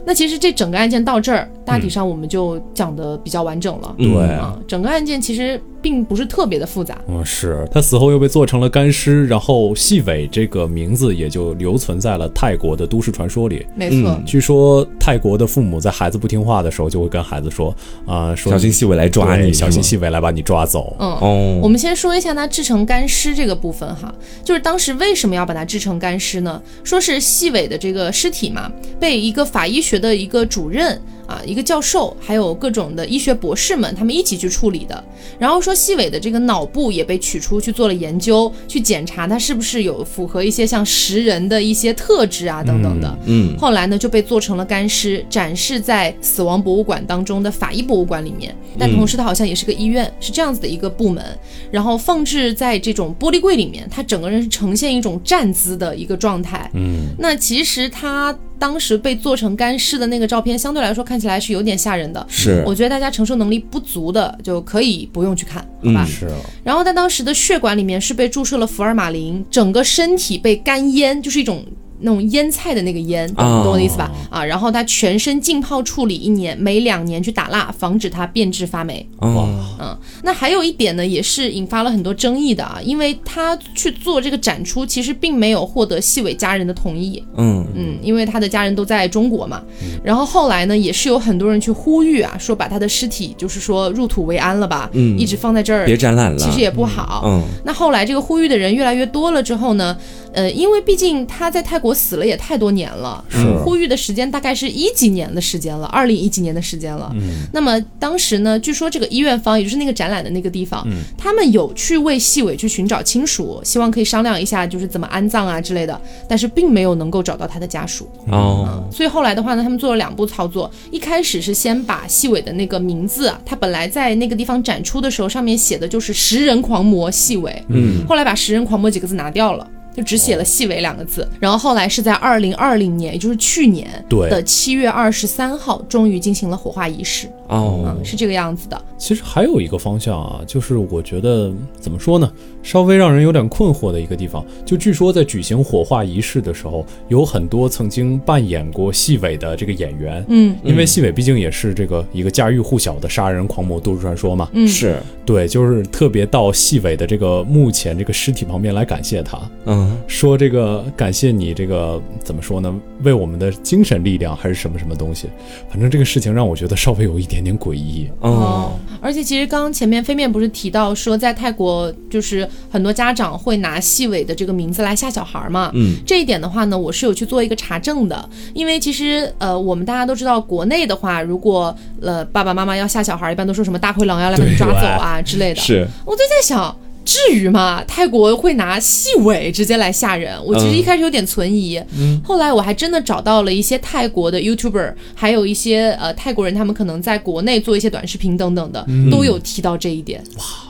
[SPEAKER 2] 那其实这整个案件到这儿，大体上我们就讲的比较完整了。
[SPEAKER 3] 嗯
[SPEAKER 1] 对
[SPEAKER 2] 啊，整个案件其实并不是特别的复杂。
[SPEAKER 1] 嗯，是他死后又被做成了干尸，然后细尾这个名字也就留存在了泰国的都市传说里。
[SPEAKER 2] 没
[SPEAKER 3] 嗯
[SPEAKER 2] 错，
[SPEAKER 1] 据说泰国的父母在孩子不听话的时候，就会跟孩子说：“啊、说
[SPEAKER 3] 小心细尾来抓
[SPEAKER 1] 对
[SPEAKER 3] 你，
[SPEAKER 1] 小心
[SPEAKER 3] 是
[SPEAKER 1] 细尾来把你抓走。
[SPEAKER 2] 嗯
[SPEAKER 3] 吗，哦，
[SPEAKER 2] 我们先说一下它制成干尸这个部分哈，就是当时为什么要把它制成干尸呢？说是细尾的这个尸体嘛，被一个法医学的一个主任啊，一个教授，还有各种的医学博士们，他们一起去处理的。然后说细尾的这个脑部也被取出去做了研究，去检查它是不是有符合一些像食人的一些特质啊等等的。
[SPEAKER 3] 嗯
[SPEAKER 2] 后来呢，就被做成了干尸，展示在死亡博物馆当中的法医博物馆里面。但同时，它好像也是个医院，是这样子的一个部门。然后放置在这种玻璃柜里面，他整个人是呈现一种站姿的一个状态。
[SPEAKER 1] 嗯，
[SPEAKER 2] 那其实他当时被做成干尸的那个照片，相对来说看起来是有点吓人的。
[SPEAKER 3] 是
[SPEAKER 2] 我觉得大家承受能力不足的，就可以不用去看，好吧？
[SPEAKER 3] 嗯
[SPEAKER 1] 是啊，
[SPEAKER 2] 然后在当时的血管里面是被注射了福尔马林，整个身体被干淹，就是一种那种腌菜的那个腌，
[SPEAKER 3] 啊
[SPEAKER 2] 懂我的意思吧？啊，然后它全身浸泡处理一年，每两年去打蜡，防止它变质发霉。
[SPEAKER 3] 哦，
[SPEAKER 2] 嗯，那还有一点呢，也是引发了很多争议的啊，因为他去做这个展出，其实并没有获得细伟家人的同意。
[SPEAKER 3] 嗯
[SPEAKER 2] 嗯，因为他的家人都在中国嘛。然后后来呢，也是有很多人去呼吁啊，说把他的尸体就是说入土为安了吧，
[SPEAKER 3] 嗯
[SPEAKER 2] 一直放在这儿，
[SPEAKER 3] 别展览了，
[SPEAKER 2] 其实也不好。
[SPEAKER 3] 嗯
[SPEAKER 2] 那后来这个呼吁的人越来越多了之后呢，呃，因为毕竟他在泰国死了也太多年了，呼吁的时间大概是一几年的时间了，二零一几年的时间了。
[SPEAKER 1] 嗯
[SPEAKER 2] 那么当时呢，据说这个医院方，也就是那个展览的那个地方，
[SPEAKER 1] 嗯
[SPEAKER 2] 他们有去为细伟去寻找亲属，希望可以商量一下，就是怎么安葬啊之类的，但是并没有能够找到他的家属。
[SPEAKER 3] 哦
[SPEAKER 2] 所以后来的话呢，他们做了两步操作，一开始是先把细伟的那个名字啊，他本来在那个地方展出的时候，上面写的就是“食人狂魔细伟”，
[SPEAKER 3] 嗯，
[SPEAKER 2] 后来把“食人狂魔”几个字拿掉了。就只写了“细伟”两个字，然后后来是在二零二零年，也就是去年
[SPEAKER 1] 对
[SPEAKER 2] 的七月二十三号，终于进行了火化仪式。
[SPEAKER 3] 哦
[SPEAKER 2] 嗯，，是这个样子的。
[SPEAKER 1] 其实还有一个方向啊，就是我觉得怎么说呢，稍微让人有点困惑的一个地方，就据说在举行火化仪式的时候，有很多曾经扮演过细伟的这个演员。
[SPEAKER 2] 嗯，
[SPEAKER 1] 因为细伟毕竟也是这个一个家喻户晓的杀人狂魔都市传说嘛，
[SPEAKER 2] 嗯
[SPEAKER 3] 是，
[SPEAKER 1] 对，就是特别到细伟的这个墓前这个尸体旁边来感谢他，
[SPEAKER 3] 嗯
[SPEAKER 1] 说这个感谢你这个怎么说呢？为我们的精神力量还是什么什么东西？反正这个事情让我觉得稍微有一点点诡异。
[SPEAKER 3] 哦，，
[SPEAKER 2] 而且其实刚刚前面飞面不是提到说，在泰国就是很多家长会拿细伟的这个名字来吓小孩嘛。
[SPEAKER 3] 嗯
[SPEAKER 2] 这一点的话呢，我是有去做一个查证的，因为其实呃，我们大家都知道，国内的话，如果呃爸爸妈妈要吓小孩，一般都说什么大灰狼要来把你
[SPEAKER 1] 对
[SPEAKER 2] 抓走啊之类的。
[SPEAKER 3] 是，
[SPEAKER 2] 我就在想，至于吗？泰国会拿细尾直接来吓人？我
[SPEAKER 1] 嗯
[SPEAKER 2] 其实一开始有点存疑，后来我还真的找到了一些泰国的 YouTuber，还有一些呃泰国人，他们可能在国内做一些短视频等等的，
[SPEAKER 1] 嗯
[SPEAKER 2] 都有提到这一点。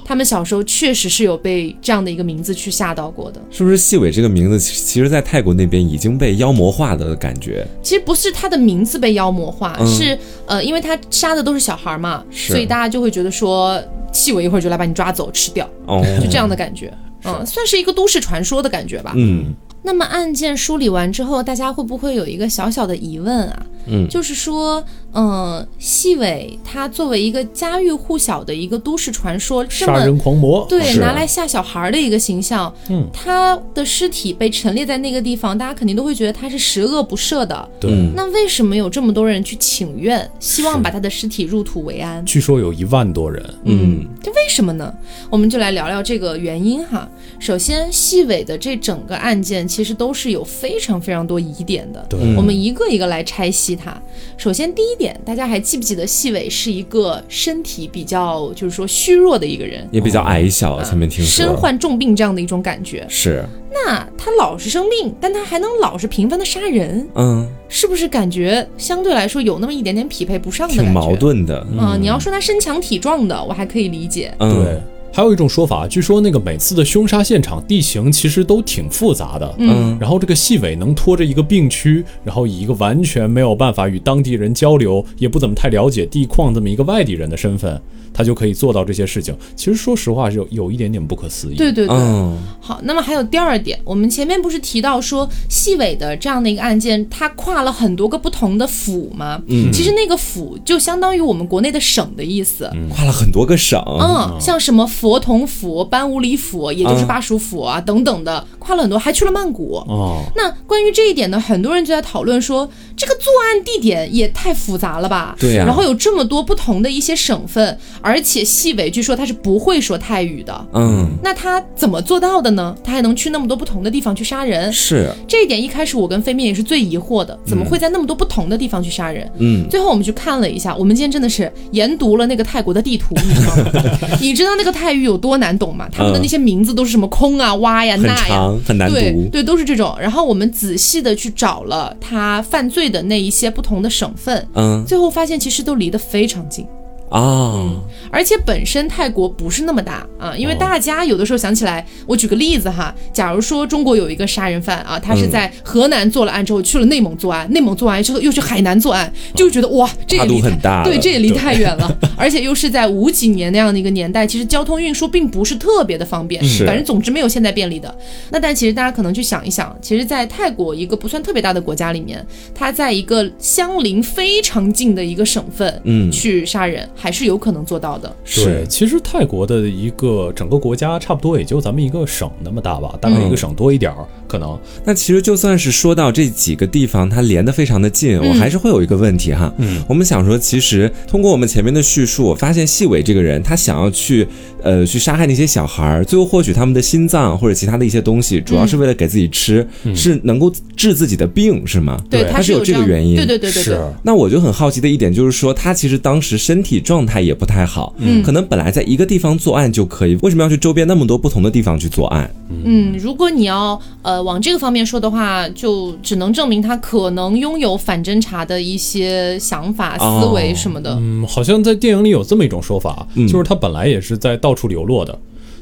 [SPEAKER 2] 他们小时候确实是有被这样的一个名字去吓到过的。
[SPEAKER 3] 是不是细伟这个名字，其其实在泰国那边已经被妖魔化的感觉？
[SPEAKER 2] 其实不是他的名字被妖魔化，
[SPEAKER 3] 嗯
[SPEAKER 2] 是呃，因为他杀的都是小孩嘛，
[SPEAKER 3] 是
[SPEAKER 2] 所以大家就会觉得说细尾一会儿就来把你抓走吃掉，
[SPEAKER 3] 哦，
[SPEAKER 2] 就这样的感觉。嗯，算是一个都市传说的感觉吧。
[SPEAKER 3] 嗯
[SPEAKER 2] 那么案件梳理完之后，大家会不会有一个小小的疑问啊？
[SPEAKER 3] 嗯
[SPEAKER 2] 就是说，嗯、细伟他作为一个家喻户晓的一个都市传说，这
[SPEAKER 1] 杀
[SPEAKER 2] 么
[SPEAKER 1] 人狂魔，
[SPEAKER 2] 对
[SPEAKER 3] 是
[SPEAKER 2] 拿来吓小孩儿的一个形象，
[SPEAKER 1] 嗯，
[SPEAKER 2] 他的尸体被陈列在那个地方，大家肯定都会觉得他是十恶不赦的。
[SPEAKER 1] 对。
[SPEAKER 3] 嗯，
[SPEAKER 2] 那为什么有这么多人去请愿，希望
[SPEAKER 1] 是
[SPEAKER 2] 把他的尸体入土为安？
[SPEAKER 1] 据说有一万多人，
[SPEAKER 3] 嗯，
[SPEAKER 2] 这为什么呢？我们就来聊聊这个原因哈。首先，细尾的这整个案件其实都是有非常非常多疑点的。
[SPEAKER 1] 对，
[SPEAKER 3] 嗯
[SPEAKER 2] 我们一个一个来拆析它。首先，第一点，大家还记不记得细尾是一个身体比较就是说虚弱的一个人，
[SPEAKER 3] 也比较矮小，前面听说
[SPEAKER 2] 哦呃身患重病这样的一种感觉？
[SPEAKER 3] 是，
[SPEAKER 2] 那他老是生病，但他还能老是频繁的杀人，
[SPEAKER 3] 嗯，
[SPEAKER 2] 是不是感觉相对来说有那么一点点匹配不上的感
[SPEAKER 3] 挺
[SPEAKER 2] 觉？
[SPEAKER 3] 矛盾的，
[SPEAKER 2] 啊、你要说他身强体壮的，我还可以理解。
[SPEAKER 3] 嗯，
[SPEAKER 1] 对。还有一种说法，据说那个每次的凶杀现场地形其实都挺复杂的，
[SPEAKER 3] 嗯
[SPEAKER 1] 然后这个细尾能拖着一个病区，然后以一个完全没有办法与当地人交流，也不怎么太了解地况这么一个外地人的身份，他就可以做到这些事情。其实说实话是有有一点点不可思议。
[SPEAKER 2] 对对对，
[SPEAKER 3] 嗯
[SPEAKER 2] 好，那么还有第二点，我们前面不是提到说细尾的这样的一个案件，它跨了很多个不同的府吗？嗯，其实那个府就相当于我们国内的省的意思。嗯
[SPEAKER 3] 跨了很多个省，
[SPEAKER 2] 哦像什么佛统府、班武里府，也就是巴蜀府啊、等等的，跨了很多，还去了曼谷。
[SPEAKER 1] 哦，
[SPEAKER 2] 那关于这一点呢，很多人就在讨论说，这个作案地点也太复杂了吧？
[SPEAKER 3] 对呀
[SPEAKER 2] 然后有这么多不同的一些省份，而且细尾据说他是不会说泰语的。
[SPEAKER 3] 嗯，
[SPEAKER 2] 那他怎么做到的呢？他还能去那么多不同的地方去杀人？
[SPEAKER 3] 是，
[SPEAKER 2] 这一点一开始我跟飞面也是最疑惑的，怎么会在那么多不同的地方去杀人？
[SPEAKER 3] 嗯，
[SPEAKER 2] 最后我们去看了一下，我们今天真的是研读了那个泰国的地图，你知道吗？
[SPEAKER 3] *laughs*
[SPEAKER 2] 你知道那个泰语有多难懂吗？他们的那些名字都是什么空啊、哇呀、
[SPEAKER 3] 很
[SPEAKER 2] 那呀。
[SPEAKER 3] 长，很难
[SPEAKER 2] 对
[SPEAKER 3] 读，
[SPEAKER 2] 对，都是这种。然后我们仔细的去找了他犯罪的那一些不同的省份，
[SPEAKER 3] 嗯
[SPEAKER 2] 最后发现其实都离得非常近。
[SPEAKER 3] 啊、啊，
[SPEAKER 2] 而且本身泰国不是那么大啊，因为大家有的时候想起来，我举个例子哈，假如说中国有一个杀人犯啊，他是在河南做了案之后去了内蒙作案，内蒙做完之后又去海南作案，就觉得哇，这
[SPEAKER 3] 跨
[SPEAKER 2] 个
[SPEAKER 3] 度
[SPEAKER 2] 离
[SPEAKER 3] 很大
[SPEAKER 2] 对，
[SPEAKER 3] 了
[SPEAKER 2] 这也离太远
[SPEAKER 3] *laughs*
[SPEAKER 2] 了，而且又是在五几年那样的一个年代，其实交通运输并不是特别的方便，
[SPEAKER 3] 嗯是
[SPEAKER 2] 反正总之没有现在便利的。那但其实大家可能去想一想，其实，在泰国一个不算特别大的国家里面，它在一个相邻非常近的一个省份，
[SPEAKER 3] 嗯
[SPEAKER 2] 去杀人还是有可能做到的。
[SPEAKER 1] 对，其实泰国的一个整个国家差不多也就咱们一个省那么大吧，大概一个省多一点儿、可能。
[SPEAKER 3] 那其实就算是说到这几个地方，它连得非常的近，我还是会有一个问题哈。嗯，我们想说，其实通过我们前面的叙述，我发现细伟这个人，他想要去呃去杀害那些小孩儿，最后获取他们的心脏或者其他的一些东西，主要是为了给自己吃，
[SPEAKER 1] 嗯
[SPEAKER 3] 是能够治自己的病，是吗？
[SPEAKER 1] 对
[SPEAKER 2] 它
[SPEAKER 3] 它是
[SPEAKER 2] 是
[SPEAKER 3] 有
[SPEAKER 2] 有
[SPEAKER 3] 这个
[SPEAKER 2] 样
[SPEAKER 3] 原因啊
[SPEAKER 2] 对对对对对。
[SPEAKER 3] 那我就很好奇的一点就是说，他其实当时身体状态也不太好，嗯，可能本来在一个地方作案就可以，为什么要去周边那么多不同的地方去作案？
[SPEAKER 2] 嗯，如果你要呃往这个方面说的话，就只能证明他可能拥有反侦查的一些想法、
[SPEAKER 3] 哦
[SPEAKER 2] 思维什么的。
[SPEAKER 1] 嗯，好像在电影里有这么一种说法，啊
[SPEAKER 3] 嗯
[SPEAKER 1] 就是他本来也是在到处流落的。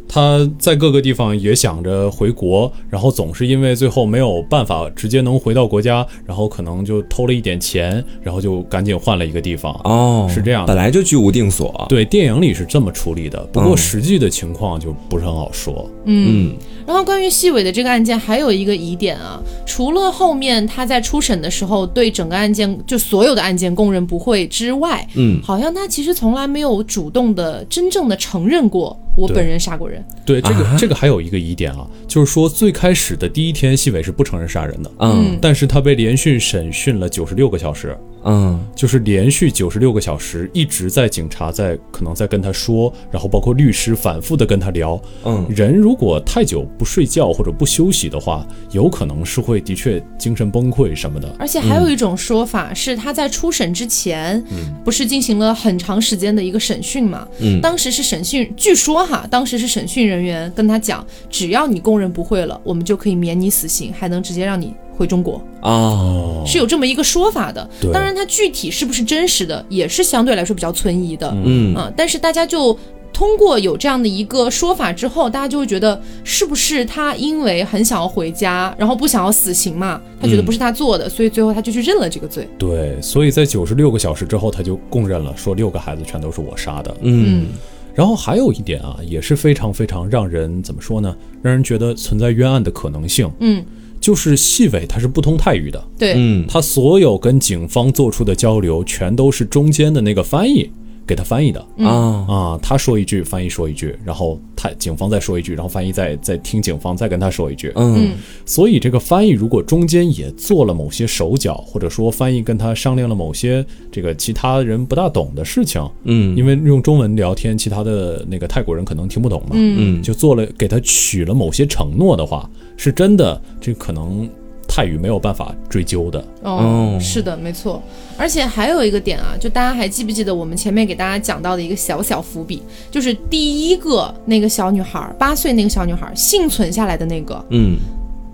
[SPEAKER 1] 他在各个地方也想着回国，然后总是因为最后没有办法直接能回到国家，然后可能就偷了一点钱，然后就赶紧换了一个地方。
[SPEAKER 3] 哦，
[SPEAKER 1] 是这样的
[SPEAKER 3] 本来就居无定所，
[SPEAKER 1] 对，电影里是这么处理的，不过
[SPEAKER 3] 嗯
[SPEAKER 1] 实际的情况就不是很好说。
[SPEAKER 3] 嗯
[SPEAKER 2] 然后关于细伟的这个案件，还有一个疑点啊，除了后面他在初审的时候对整个案件就所有的案件供认不讳之外，
[SPEAKER 3] 嗯，
[SPEAKER 2] 好像他其实从来没有主动的、真正的承认过我
[SPEAKER 1] 对
[SPEAKER 2] 本人杀过人。
[SPEAKER 1] 对，这个、
[SPEAKER 3] 啊
[SPEAKER 1] 这个还有一个疑点啊，就是说最开始的第一天，细伟是不承认杀人的，
[SPEAKER 3] 嗯
[SPEAKER 1] 但是他被连续审讯了九十六个小时，
[SPEAKER 3] 嗯
[SPEAKER 1] 就是连续九十六个小时一直在警察在可能在跟他说，然后包括律师反复的跟他聊。
[SPEAKER 3] 嗯，
[SPEAKER 1] 人如果太久不睡觉或者不休息的话，有可能是会的确精神崩溃什么的。
[SPEAKER 2] 而且还有一种说法、
[SPEAKER 3] 嗯
[SPEAKER 2] 是，他在初审之前，不是进行了很长时间的一个审讯嘛？
[SPEAKER 3] 嗯
[SPEAKER 2] 当时是审讯，据说哈，当时是审讯人员跟他讲，只要你供认不讳了，我们就可以免你死刑，还能直接让你回中国，
[SPEAKER 3] 哦，
[SPEAKER 2] 是有这么一个说法的
[SPEAKER 1] 对。
[SPEAKER 2] 当然，它具体是不是真实的，也是相对来说比较存疑的。
[SPEAKER 3] 嗯
[SPEAKER 2] 啊，但是大家就通过有这样的一个说法之后，大家就会觉得是不是他因为很想要回家，然后不想要死刑嘛，他觉得不是他做
[SPEAKER 3] 嗯
[SPEAKER 2] 的，所以最后他就去认了这个罪。
[SPEAKER 1] 对，所以在九十六个小时之后，他就供认了，说六个孩子全都是我杀的。
[SPEAKER 3] 嗯
[SPEAKER 1] 然后还有一点啊，也是非常非常让人怎么说呢？让人觉得存在冤案的可能性。
[SPEAKER 2] 嗯，
[SPEAKER 1] 就是细伟他是不通泰语的，
[SPEAKER 2] 对，
[SPEAKER 3] 嗯
[SPEAKER 1] 他所有跟警方做出的交流，全都是中间的那个翻译给他翻译的。
[SPEAKER 3] 啊
[SPEAKER 1] 啊，他说一句，翻译说一句，然后他警方再说一句，然后翻译再再听警方再跟他说一句。
[SPEAKER 3] 嗯
[SPEAKER 1] 所以这个翻译如果中间也做了某些手脚，或者说翻译跟他商量了某些这个其他人不大懂的事情，
[SPEAKER 3] 嗯
[SPEAKER 1] 因为用中文聊天，其他的那个泰国人可能听不懂嘛，
[SPEAKER 3] 嗯
[SPEAKER 1] 就做了给他许了某些承诺的话，是真的，这可能泰语没有办法追究的。
[SPEAKER 2] 哦
[SPEAKER 3] 哦，
[SPEAKER 2] 是的，没错。而且还有一个点啊，就大家还记不记得我们前面给大家讲到的一个小小伏笔，就是第一个那个小女孩，八岁那个小女孩幸存下来的那个，
[SPEAKER 3] 嗯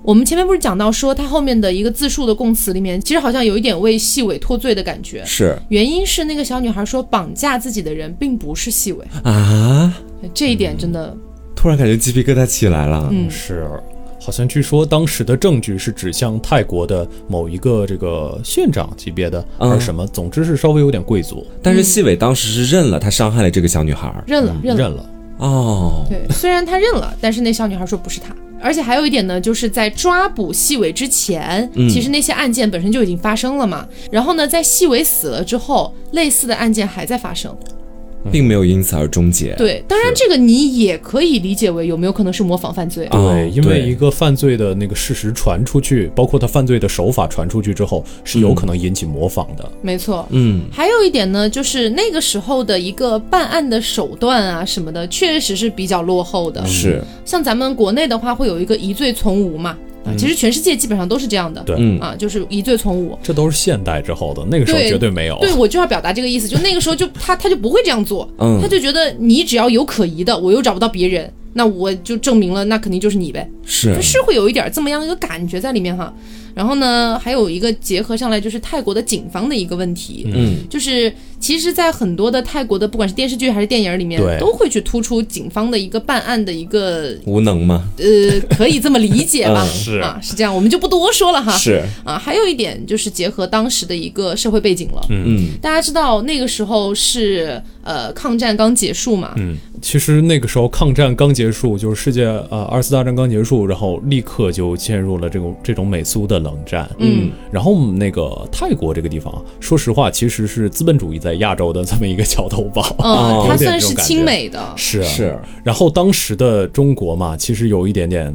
[SPEAKER 2] 我们前面不是讲到说她后面的一个自述的供词里面，其实好像有一点为细伟脱罪的感觉。
[SPEAKER 3] 是
[SPEAKER 2] 原因是那个小女孩说绑架自己的人并不是细伟，
[SPEAKER 3] 啊，
[SPEAKER 2] 这一点真的，
[SPEAKER 3] 突然感觉鸡皮疙瘩起来了。
[SPEAKER 2] 嗯，
[SPEAKER 1] 是，好像据说当时的证据是指向泰国的某一个这个县长级别的，
[SPEAKER 3] 嗯
[SPEAKER 1] 还是什么，总之是稍微有点贵族，
[SPEAKER 3] 但是细伟当时是认了他伤害了这个小女孩儿
[SPEAKER 2] 认了认了。
[SPEAKER 1] 认了。
[SPEAKER 3] 哦，
[SPEAKER 2] 对，虽然她认了，但是那小女孩说不是她。而且还有一点呢，就是在抓捕细伟之前，其实那些案件本身就已经发生了嘛。然后呢，在细伟死了之后，类似的案件还在发生。
[SPEAKER 3] 并没有因此而终结。
[SPEAKER 2] 对，当然这个你也可以理解为有没有可能是模仿犯罪啊？
[SPEAKER 3] 哦
[SPEAKER 1] 对，因为
[SPEAKER 3] 对
[SPEAKER 1] 一个犯罪的那个事实传出去，包括他犯罪的手法传出去之后，是有可能引起模仿的。
[SPEAKER 2] 没错，
[SPEAKER 3] 嗯
[SPEAKER 2] 还有一点呢，就是那个时候的一个办案的手段啊什么的，确实是比较落后的。
[SPEAKER 3] 是
[SPEAKER 2] 像咱们国内的话，会有一个疑罪从无嘛，啊，其实全世界基本上都是这样的。
[SPEAKER 1] 对
[SPEAKER 3] 嗯
[SPEAKER 2] 啊，就是疑罪从
[SPEAKER 3] 哦
[SPEAKER 2] 无。
[SPEAKER 1] 这都是现代之后的，那个时候
[SPEAKER 2] 对
[SPEAKER 1] 绝对没有。
[SPEAKER 2] 对，我就要表达这个意思，就那个时候就他他就不会这样做，
[SPEAKER 3] 嗯
[SPEAKER 2] 他就觉得你只要有可疑的，我又找不到别人，那我就证明了，那肯定就是你呗，
[SPEAKER 3] 是
[SPEAKER 2] 就是会有一点这么样一个感觉在里面哈。然后呢，还有一个结合上来就是泰国的警方的一个问题，
[SPEAKER 3] 嗯，
[SPEAKER 2] 就是其实，在很多的泰国的不管是电视剧还是电影里面
[SPEAKER 1] 对，
[SPEAKER 2] 都会去突出警方的一个办案的一个
[SPEAKER 3] 无能吗？
[SPEAKER 2] 呃，可以这么理解吧？
[SPEAKER 3] 嗯
[SPEAKER 1] *laughs* 是
[SPEAKER 2] 啊，是这样，我们就不多说了哈。
[SPEAKER 3] 是，
[SPEAKER 2] 啊，还有一点就是结合当时的一个社会背景了。
[SPEAKER 3] 嗯
[SPEAKER 2] 大家知道那个时候是呃抗战刚结束嘛，
[SPEAKER 1] 嗯，其实那个时候抗战刚结束，就是世界呃二次大战刚结束，然后立刻就陷入了这种这种美苏的冷战。
[SPEAKER 2] 嗯，
[SPEAKER 1] 然后那个泰国这个地方啊，说实话，其实是资本主义在亚洲的这么一个桥头堡。
[SPEAKER 3] 哦
[SPEAKER 2] 嗯，
[SPEAKER 1] *laughs*
[SPEAKER 2] 它
[SPEAKER 1] 有点这
[SPEAKER 2] 算是
[SPEAKER 1] 种感
[SPEAKER 2] 亲
[SPEAKER 1] 觉
[SPEAKER 2] 美的，
[SPEAKER 1] 是啊
[SPEAKER 3] 是，
[SPEAKER 1] 然后当时的中国嘛，其实有一点点，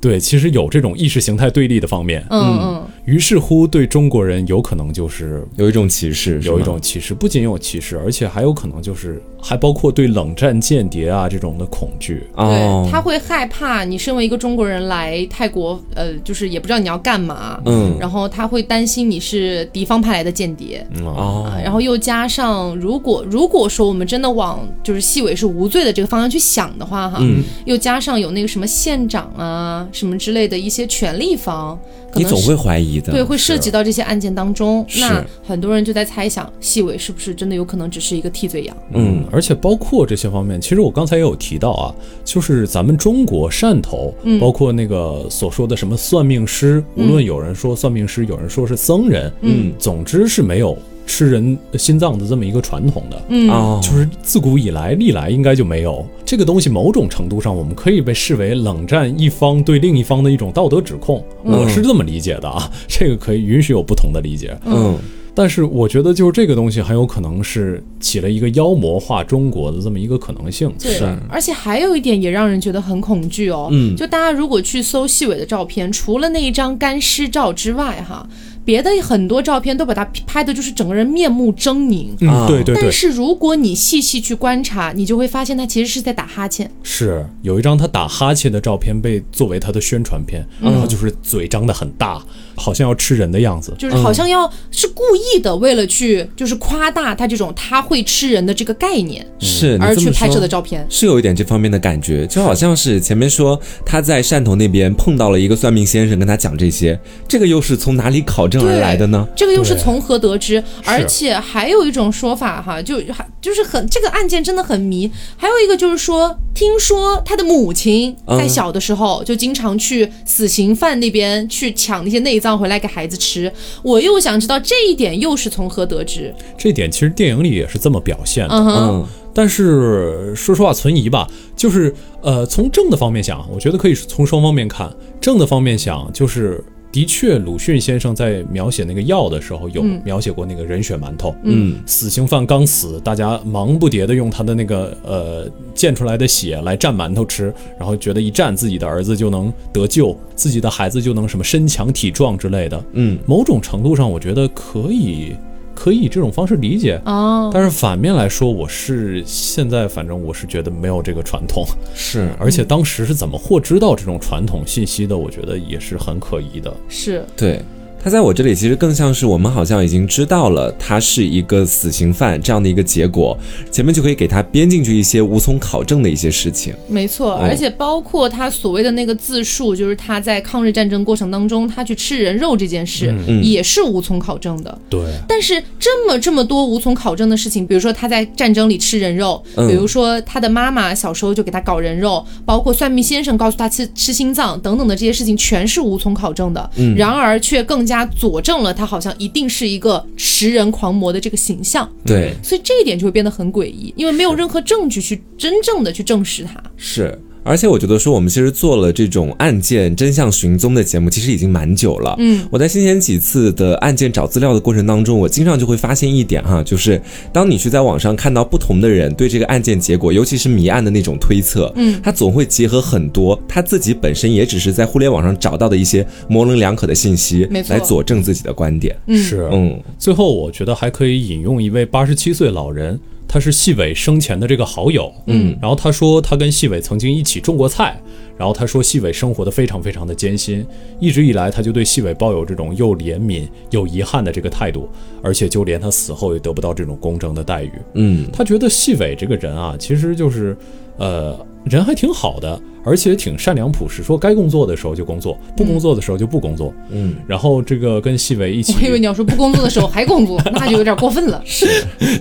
[SPEAKER 1] 对，其实有这种意识形态对立的方面。
[SPEAKER 2] 嗯嗯，
[SPEAKER 1] 于是乎，对中国人有可能就是
[SPEAKER 3] 有一种歧视，是吗
[SPEAKER 1] 有一种歧视，不仅有歧视，而且还有可能就是还包括对冷战、间谍啊这种的恐惧。
[SPEAKER 3] 哦
[SPEAKER 2] 对，，他会害怕你身为一个中国人来泰国，呃，就是也不知道你要干嘛，
[SPEAKER 3] 嗯
[SPEAKER 2] 然后他会担心你是敌方派来的间谍，
[SPEAKER 3] 哦
[SPEAKER 2] 啊，然后又加上，如果如果说我们真的往就是细尾是无罪的这个方向去想的话，哈，
[SPEAKER 3] 嗯
[SPEAKER 2] 又加上有那个什么县长啊什么之类的一些权力方，可
[SPEAKER 3] 你
[SPEAKER 2] 能
[SPEAKER 3] 总
[SPEAKER 2] 是
[SPEAKER 3] 会怀疑的，
[SPEAKER 2] 对会涉及到这些案件当中，
[SPEAKER 3] 是
[SPEAKER 2] 那很多人就在猜想细尾是不是真的有可能只是一个替罪羊？
[SPEAKER 1] 嗯，而且包括这些方面，其实我刚才也有提到啊，就是咱们中国汕头，
[SPEAKER 3] 嗯
[SPEAKER 1] 包括那个所说的什么算命师，无论有人说算命师，有人说是僧人，
[SPEAKER 3] 嗯，
[SPEAKER 1] 总之是没有吃人心脏的这么一个传统的。
[SPEAKER 2] 嗯
[SPEAKER 3] 哦，
[SPEAKER 1] 就是自古以来，历来应该就没有这个东西。某种程度上，我们可以被视为冷战一方对另一方的一种道德指控，
[SPEAKER 3] 嗯
[SPEAKER 1] 我是这么理解的啊。 *laughs* 这个可以允许有不同的理解，
[SPEAKER 3] 嗯
[SPEAKER 1] 但是我觉得就是这个东西很有可能是起了一个妖魔化中国的这么一个可能性。
[SPEAKER 2] 对，而且还有一点也让人觉得很恐惧哦。
[SPEAKER 3] 嗯
[SPEAKER 2] 就大家如果去搜细尾的照片，除了那一张干尸照之外，哈，别的很多照片都把他拍的就是整个人面目狰狞。
[SPEAKER 1] 嗯，对
[SPEAKER 3] 啊
[SPEAKER 1] 对对
[SPEAKER 2] 但，是如果你细细去观察，你就会发现他其实是在打哈欠。
[SPEAKER 1] 是有一张他打哈欠的照片被作为他的宣传片，
[SPEAKER 3] 嗯
[SPEAKER 1] 然后就是嘴张得很大，好像要吃人的样子。
[SPEAKER 2] 就是
[SPEAKER 3] 嗯
[SPEAKER 2] 好像要是故意的，为了去就是夸大他这种他会吃人的这个概念，
[SPEAKER 3] 是你
[SPEAKER 2] 而
[SPEAKER 3] 这
[SPEAKER 2] 去
[SPEAKER 3] 么
[SPEAKER 2] 拍摄
[SPEAKER 3] 说
[SPEAKER 2] 的照片。
[SPEAKER 3] 是有一点这方面的感觉，就好像是前面说他在汕头那边碰到了一个算命先生，跟他讲这些，这个又是从哪里考证而来的呢？
[SPEAKER 2] 这个又是
[SPEAKER 1] 对
[SPEAKER 2] 从何得知？而且还有一种说法哈，就还就是很这个案件真的很迷。还有一个就是说，听说他的母亲在
[SPEAKER 3] 嗯
[SPEAKER 2] 小的时候就经常去死刑犯那边去抢那些内脏回来给孩子吃。我又想知道这一点又是从何得知？
[SPEAKER 1] 这点其实电影里也是这么表现的。
[SPEAKER 2] 嗯哼，
[SPEAKER 3] 嗯
[SPEAKER 1] 但是说实话，存疑吧，就是呃，从正的方面想，我觉得可以从双方面看。正的方面想，就是的确，鲁迅先生在描写那个药的时候，有描写过那个人血馒头，
[SPEAKER 3] 嗯，
[SPEAKER 1] 死刑犯刚死，大家忙不迭的用他的那个呃溅出来的血来蘸馒头吃，然后觉得一蘸自己的儿子就能得救，自己的孩子就能什么身强体壮之类的。
[SPEAKER 3] 嗯，
[SPEAKER 1] 某种程度上，我觉得可以可以以这种方式理解。
[SPEAKER 2] 哦，
[SPEAKER 1] 但是反面来说，我是现在反正我是觉得没有这个传统，
[SPEAKER 3] 是
[SPEAKER 1] 而且当时是怎么获知到这种传统信息的，我觉得也是很可疑的。
[SPEAKER 2] 是，
[SPEAKER 3] 对。他在我这里其实更像是我们好像已经知道了他是一个死刑犯这样的一个结果，前面就可以给他编进去一些无从考证的一些事情。
[SPEAKER 2] 没错，
[SPEAKER 3] 哦
[SPEAKER 2] 而且包括他所谓的那个自述，就是他在抗日战争过程当中，他去吃人肉这件事，
[SPEAKER 3] 嗯
[SPEAKER 2] 也是无从考证的。
[SPEAKER 1] 对，
[SPEAKER 2] 但是这么这么多无从考证的事情，比如说他在战争里吃人肉，
[SPEAKER 3] 嗯
[SPEAKER 2] 比如说他的妈妈小时候就给他搞人肉，包括算命先生告诉他吃吃心脏等等的这些事情，全是无从考证的。
[SPEAKER 3] 嗯
[SPEAKER 2] 然而却更加佐证了他好像一定是一个食人狂魔的这个形象，
[SPEAKER 3] 对，
[SPEAKER 2] 所以这一点就会变得很诡异，因为没有任何证据去真正的去证实他。
[SPEAKER 3] 是，而且我觉得说我们其实做了这种案件真相寻踪的节目，其实已经蛮久了。
[SPEAKER 2] 嗯，
[SPEAKER 3] 我在先前几次的案件找资料的过程当中，我经常就会发现一点哈，就是当你去在网上看到不同的人对这个案件结果，尤其是谜案的那种推测，嗯，他总会结合很多他自己本身也只是在互联网上找到的一些模棱两可的信息
[SPEAKER 2] 没，错
[SPEAKER 3] 来佐证自己的观点。
[SPEAKER 2] 嗯
[SPEAKER 1] 是。
[SPEAKER 3] 嗯，
[SPEAKER 1] 最后，我觉得还可以引用一位八十七岁老人，他是细伟生前的这个好友，嗯，然后他说他跟细伟曾经一起种过菜，然后他说细伟生活的非常非常的艰辛，一直以来他就对细伟抱有这种又怜悯又遗憾的这个态度，而且就连他死后也得不到这种公正的待遇，
[SPEAKER 3] 嗯，
[SPEAKER 1] 他觉得细伟这个人啊，其实就是，呃，人还挺好的，而且挺善良朴实，说该工作的时候就工作，不工作的时候就不工作。
[SPEAKER 3] 嗯，
[SPEAKER 1] 然后这个跟细维一起
[SPEAKER 2] 我
[SPEAKER 1] *laughs*
[SPEAKER 2] 以为你要说不工作的时候还工作，那就有点过分了。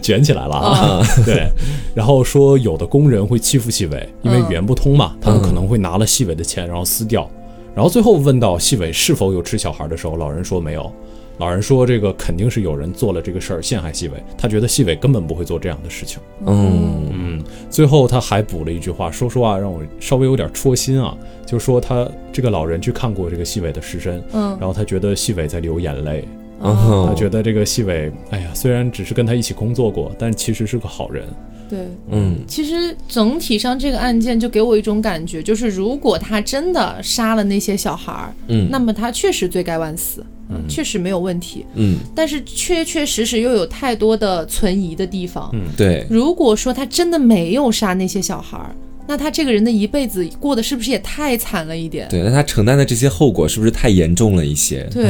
[SPEAKER 1] 卷起来了啊，
[SPEAKER 2] 哦
[SPEAKER 1] *laughs* 对。然后说有的工人会欺负细伟，因为语言不通嘛，
[SPEAKER 2] 嗯
[SPEAKER 1] 他们可能会拿了细伟的钱然后撕掉。然后最后问到细伟是否有吃小孩的时候，老人说没有。老人说这个肯定是有人做了这个事儿陷害细伟，他觉得细伟根本不会做这样的事情。
[SPEAKER 2] 哦
[SPEAKER 3] 嗯
[SPEAKER 1] 嗯，最后他还补了一句话，说实话让我稍微有点戳心啊，就说他这个老人去看过这个细伟的尸身，
[SPEAKER 2] 嗯啊
[SPEAKER 1] 然，后他觉得细伟在流眼泪，
[SPEAKER 3] 哦
[SPEAKER 1] 他觉得这个细伟，哎呀，虽然只是跟他一起工作过，但其实是个好人。
[SPEAKER 2] 对。
[SPEAKER 3] 嗯
[SPEAKER 2] 其实整体上这个案件就给我一种感觉，就是如果他真的杀了那些小孩儿，
[SPEAKER 3] 嗯
[SPEAKER 2] 那么他确实罪该万死，嗯，确实没有问题。
[SPEAKER 3] 嗯，
[SPEAKER 2] 但是确确实实又有太多的存疑的地方。嗯，
[SPEAKER 3] 对，
[SPEAKER 2] 如果说他真的没有杀那些小孩儿，那他这个人的一辈子过得是不是也太惨了一点？
[SPEAKER 3] 对，那他承担的这些后果是不是太严重了一些？
[SPEAKER 2] 对，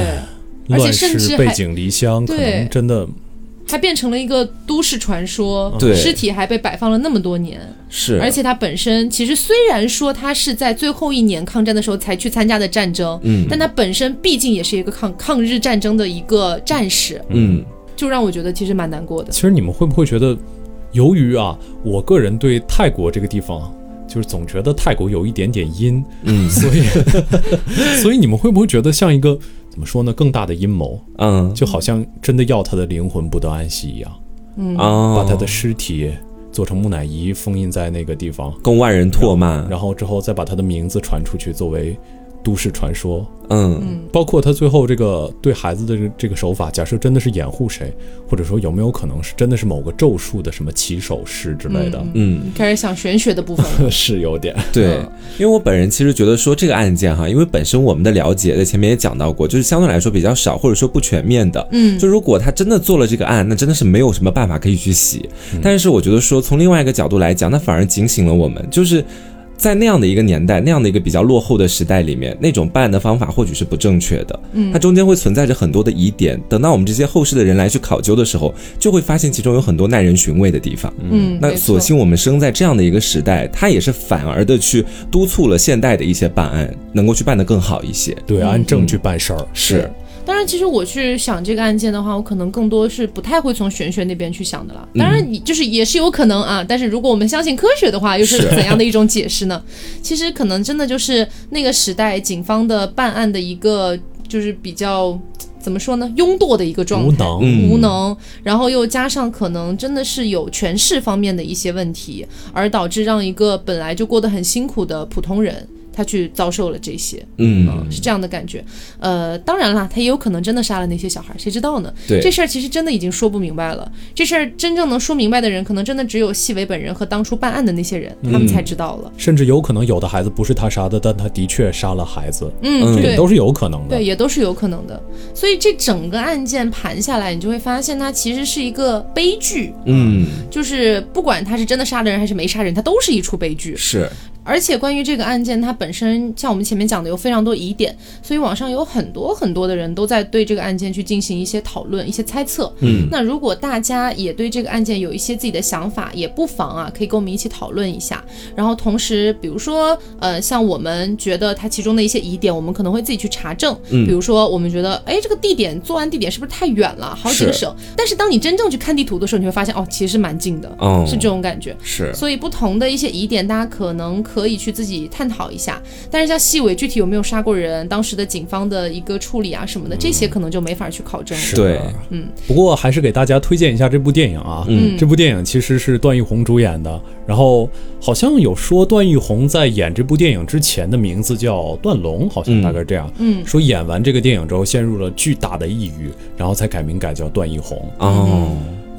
[SPEAKER 2] 而且
[SPEAKER 1] 乱
[SPEAKER 2] 甚至
[SPEAKER 1] 世
[SPEAKER 2] 还
[SPEAKER 1] 背井离乡，可
[SPEAKER 2] 对
[SPEAKER 1] 能真的
[SPEAKER 2] 还变成了一个都市传说，
[SPEAKER 3] 对
[SPEAKER 2] 尸体还被摆放了那么多年。
[SPEAKER 3] 是，
[SPEAKER 2] 而且他本身其实虽然说他是在最后一年抗战的时候才去参加的战争，
[SPEAKER 3] 嗯
[SPEAKER 2] 但他本身毕竟也是一个抗抗日战争的一个战士，
[SPEAKER 3] 嗯
[SPEAKER 2] 就让我觉得其实蛮难过的
[SPEAKER 1] 其。实你们会不会觉得，由于啊，我个人对泰国这个地方，就是总觉得泰国有一点点阴，
[SPEAKER 3] 嗯
[SPEAKER 1] 所以， *laughs* 所以你们会不会觉得像一个怎么说呢，更大的阴谋，
[SPEAKER 3] 嗯
[SPEAKER 1] 就好像真的要他的灵魂不得安息一样，
[SPEAKER 2] 嗯
[SPEAKER 3] 哦，
[SPEAKER 1] 把他的尸体做成木乃伊封印在那个地方，
[SPEAKER 3] 供外人唾骂，
[SPEAKER 1] 然后之后再把他的名字传出去作为都市传说，
[SPEAKER 3] 嗯
[SPEAKER 1] 包括他最后这个对孩子的这个这个手法，假设真的是掩护谁，或者说有没有可能是真的是某个咒术的什么起手式之类的，
[SPEAKER 3] 嗯，
[SPEAKER 2] 开始想玄学的
[SPEAKER 3] *laughs*
[SPEAKER 2] 部分了，
[SPEAKER 1] 是有
[SPEAKER 2] *laughs*
[SPEAKER 1] 点。
[SPEAKER 3] 对，因为我本人其实觉得说这个案件哈，因为本身我们的了解在前面也讲到过，就是相对来说比较少或者说不全面的，
[SPEAKER 2] 嗯
[SPEAKER 3] 就如果他真的做了这个案，那真的是没有什么办法可以去洗。但是我觉得说，从另外一个角度来讲，那反而警醒了我们，就是。在那样的一个年代，那样的一个比较落后的时代里面，那种办案的方法或许是不正确的，嗯，它中间会存在着很多的疑点。等到我们这些后世的人来去考究的时候，就会发现其中有很多耐人寻味的地方。
[SPEAKER 2] 嗯，
[SPEAKER 3] 那
[SPEAKER 2] 没错
[SPEAKER 3] 所幸我们生在这样的一个时代，它也是反而的去督促了现代的一些办案能够去办得更好一些。
[SPEAKER 1] 对，按证据办事
[SPEAKER 2] 嗯
[SPEAKER 1] 儿。
[SPEAKER 3] 是，
[SPEAKER 2] 当然，其实我去想这个案件的话，我可能更多是不太会从玄学那边去想的
[SPEAKER 1] 嗯
[SPEAKER 2] 啦。当然，你就是也是有可能啊，但是如果我们相信科学的话，又是
[SPEAKER 3] 是
[SPEAKER 2] 怎样的一种解释呢？ *laughs* 其实可能真的就是那个时代警方的办案的一个就是比较怎么说呢，庸惰的一个状
[SPEAKER 1] 无
[SPEAKER 2] 态。
[SPEAKER 1] 能，
[SPEAKER 3] 嗯
[SPEAKER 2] 无能，然后又加上可能真的是有权势方面的一些问题，而导致让一个本来就过得很辛苦的普通人，他去遭受了这些。
[SPEAKER 3] 嗯，
[SPEAKER 2] 是这样的感觉。呃，当然啦，他也有可能真的杀了那些小孩，谁知道呢？
[SPEAKER 3] 对
[SPEAKER 2] 这事儿其实真的已经说不明白了。这事儿真正能说明白的人，可能真的只有细伟本人和当初办案的那些人，他们才知道了。
[SPEAKER 1] 甚至有可能有的孩子不是他杀的，但他的确杀了孩子，
[SPEAKER 2] 嗯，
[SPEAKER 3] 嗯
[SPEAKER 1] 这
[SPEAKER 2] 对
[SPEAKER 1] 也。都是有可能的
[SPEAKER 2] 对，。也都是有可能的。所以这整个案件盘下来，你就会发现它其实是一个悲剧。
[SPEAKER 3] 嗯，
[SPEAKER 2] 就是不管他是真的杀了人还是没杀人，它都是一出悲剧。
[SPEAKER 3] 是，
[SPEAKER 2] 而且关于这个案件，它本身像我们前面讲的有非常多疑点，所以网上有很多很多的人都在对这个案件去进行一些讨论、一些猜测。
[SPEAKER 3] 嗯，
[SPEAKER 2] 那如果大家也对这个案件有一些自己的想法，也不妨啊可以跟我们一起讨论一下。然后同时，比如说呃，像我们觉得它其中的一些疑点，我们可能会自己去查证。
[SPEAKER 3] 嗯
[SPEAKER 2] 比如说我们觉得，哎，这个地点作案地点是不是太远了，好几个
[SPEAKER 3] 是
[SPEAKER 2] 省？但是当你真正去看地图的时候，你会发现哦，其实是蛮近的，
[SPEAKER 3] 哦
[SPEAKER 2] 是这种感觉。
[SPEAKER 3] 是，
[SPEAKER 2] 所以不同的一些疑点，大家可能可以去自己探讨一下。但是像细尾具体有没有杀过人，当时的警方的一个处理啊什么的，这些可能就没法去考证了。
[SPEAKER 3] 对，
[SPEAKER 2] 嗯，
[SPEAKER 1] 不过还是给大家推荐一下这部电影啊。
[SPEAKER 2] 嗯
[SPEAKER 1] 这部电影其实是段奕宏主演的，然后好像有说段奕宏在演这部电影之前的名字叫段龙，好像大概是这样。
[SPEAKER 2] 嗯
[SPEAKER 1] 说演完这个电影之后陷入了巨大的抑郁，然后才改名改叫段奕宏。
[SPEAKER 3] 哦，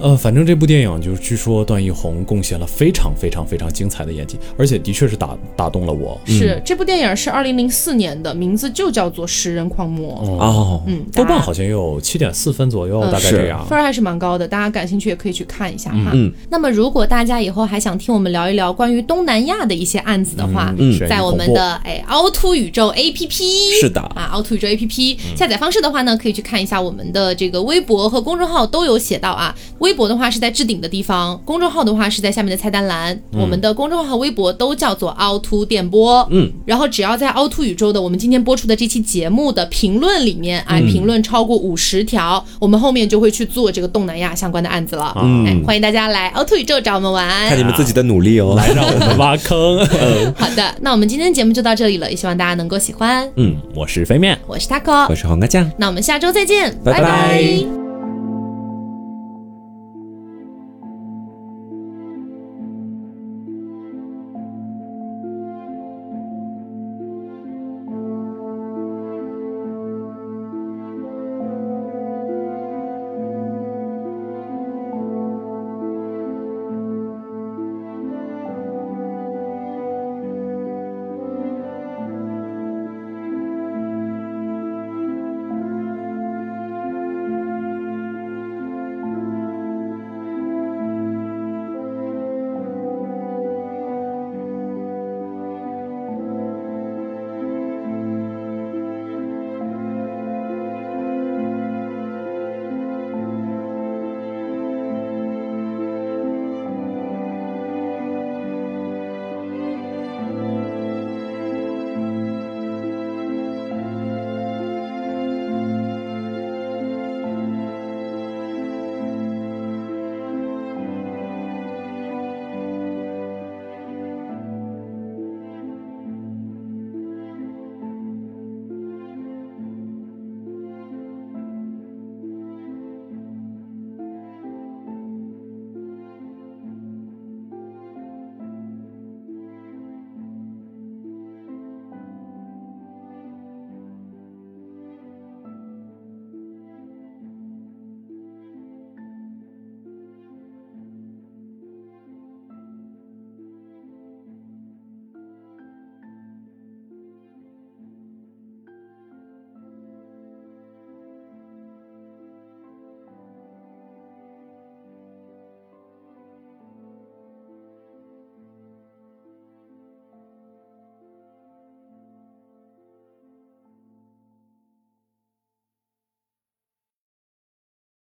[SPEAKER 1] 呃，反正这部电影就是据说段奕宏贡献了非常非常非常精彩的演技，而且的确是打打动了我。
[SPEAKER 2] 是这部电影是二零零四年的，名字就叫做《食人狂魔》。
[SPEAKER 3] 哦，
[SPEAKER 2] 嗯，
[SPEAKER 1] 豆瓣
[SPEAKER 2] 大家
[SPEAKER 1] 好像有七点四分左右，
[SPEAKER 2] 嗯
[SPEAKER 1] 大概
[SPEAKER 3] 是
[SPEAKER 1] 这样。
[SPEAKER 2] 分儿还是蛮高的，大家感兴趣也可以去看一下哈。
[SPEAKER 3] 嗯
[SPEAKER 2] 那么如果大家以后还想听我们聊一聊关于东南亚的一些案子的话，
[SPEAKER 1] 嗯
[SPEAKER 2] 在我们的哎凹凸宇宙 APP
[SPEAKER 3] 是的
[SPEAKER 2] 啊，凹凸宇宙 APP 下载方式的话呢，可以去看一下我们的这个微博和公众号都有写到啊。微微博的话是在置顶的地方，公众号的话是在下面的菜单栏。我们的公众号、微博都叫做凹凸电波。嗯，然后只要在凹凸宇宙的我们今天播出的这期节目的评论里面，哎，评论超过五十条，我们后面就会去做这个东南亚相关的案子了。哎，欢迎大家来凹凸宇宙找我们玩
[SPEAKER 3] 看。你们自己的努力哦。
[SPEAKER 2] 嗯
[SPEAKER 3] *laughs*
[SPEAKER 1] 来让我们挖坑。嗯
[SPEAKER 2] 好的，那我们今天节目就到这里了，也希望大家能够喜欢。
[SPEAKER 1] *laughs* 嗯，我是飞面。
[SPEAKER 2] 我是 taco，
[SPEAKER 3] 我是黄瓜酱。
[SPEAKER 2] 那我们下周再见，
[SPEAKER 3] 拜拜
[SPEAKER 2] 拜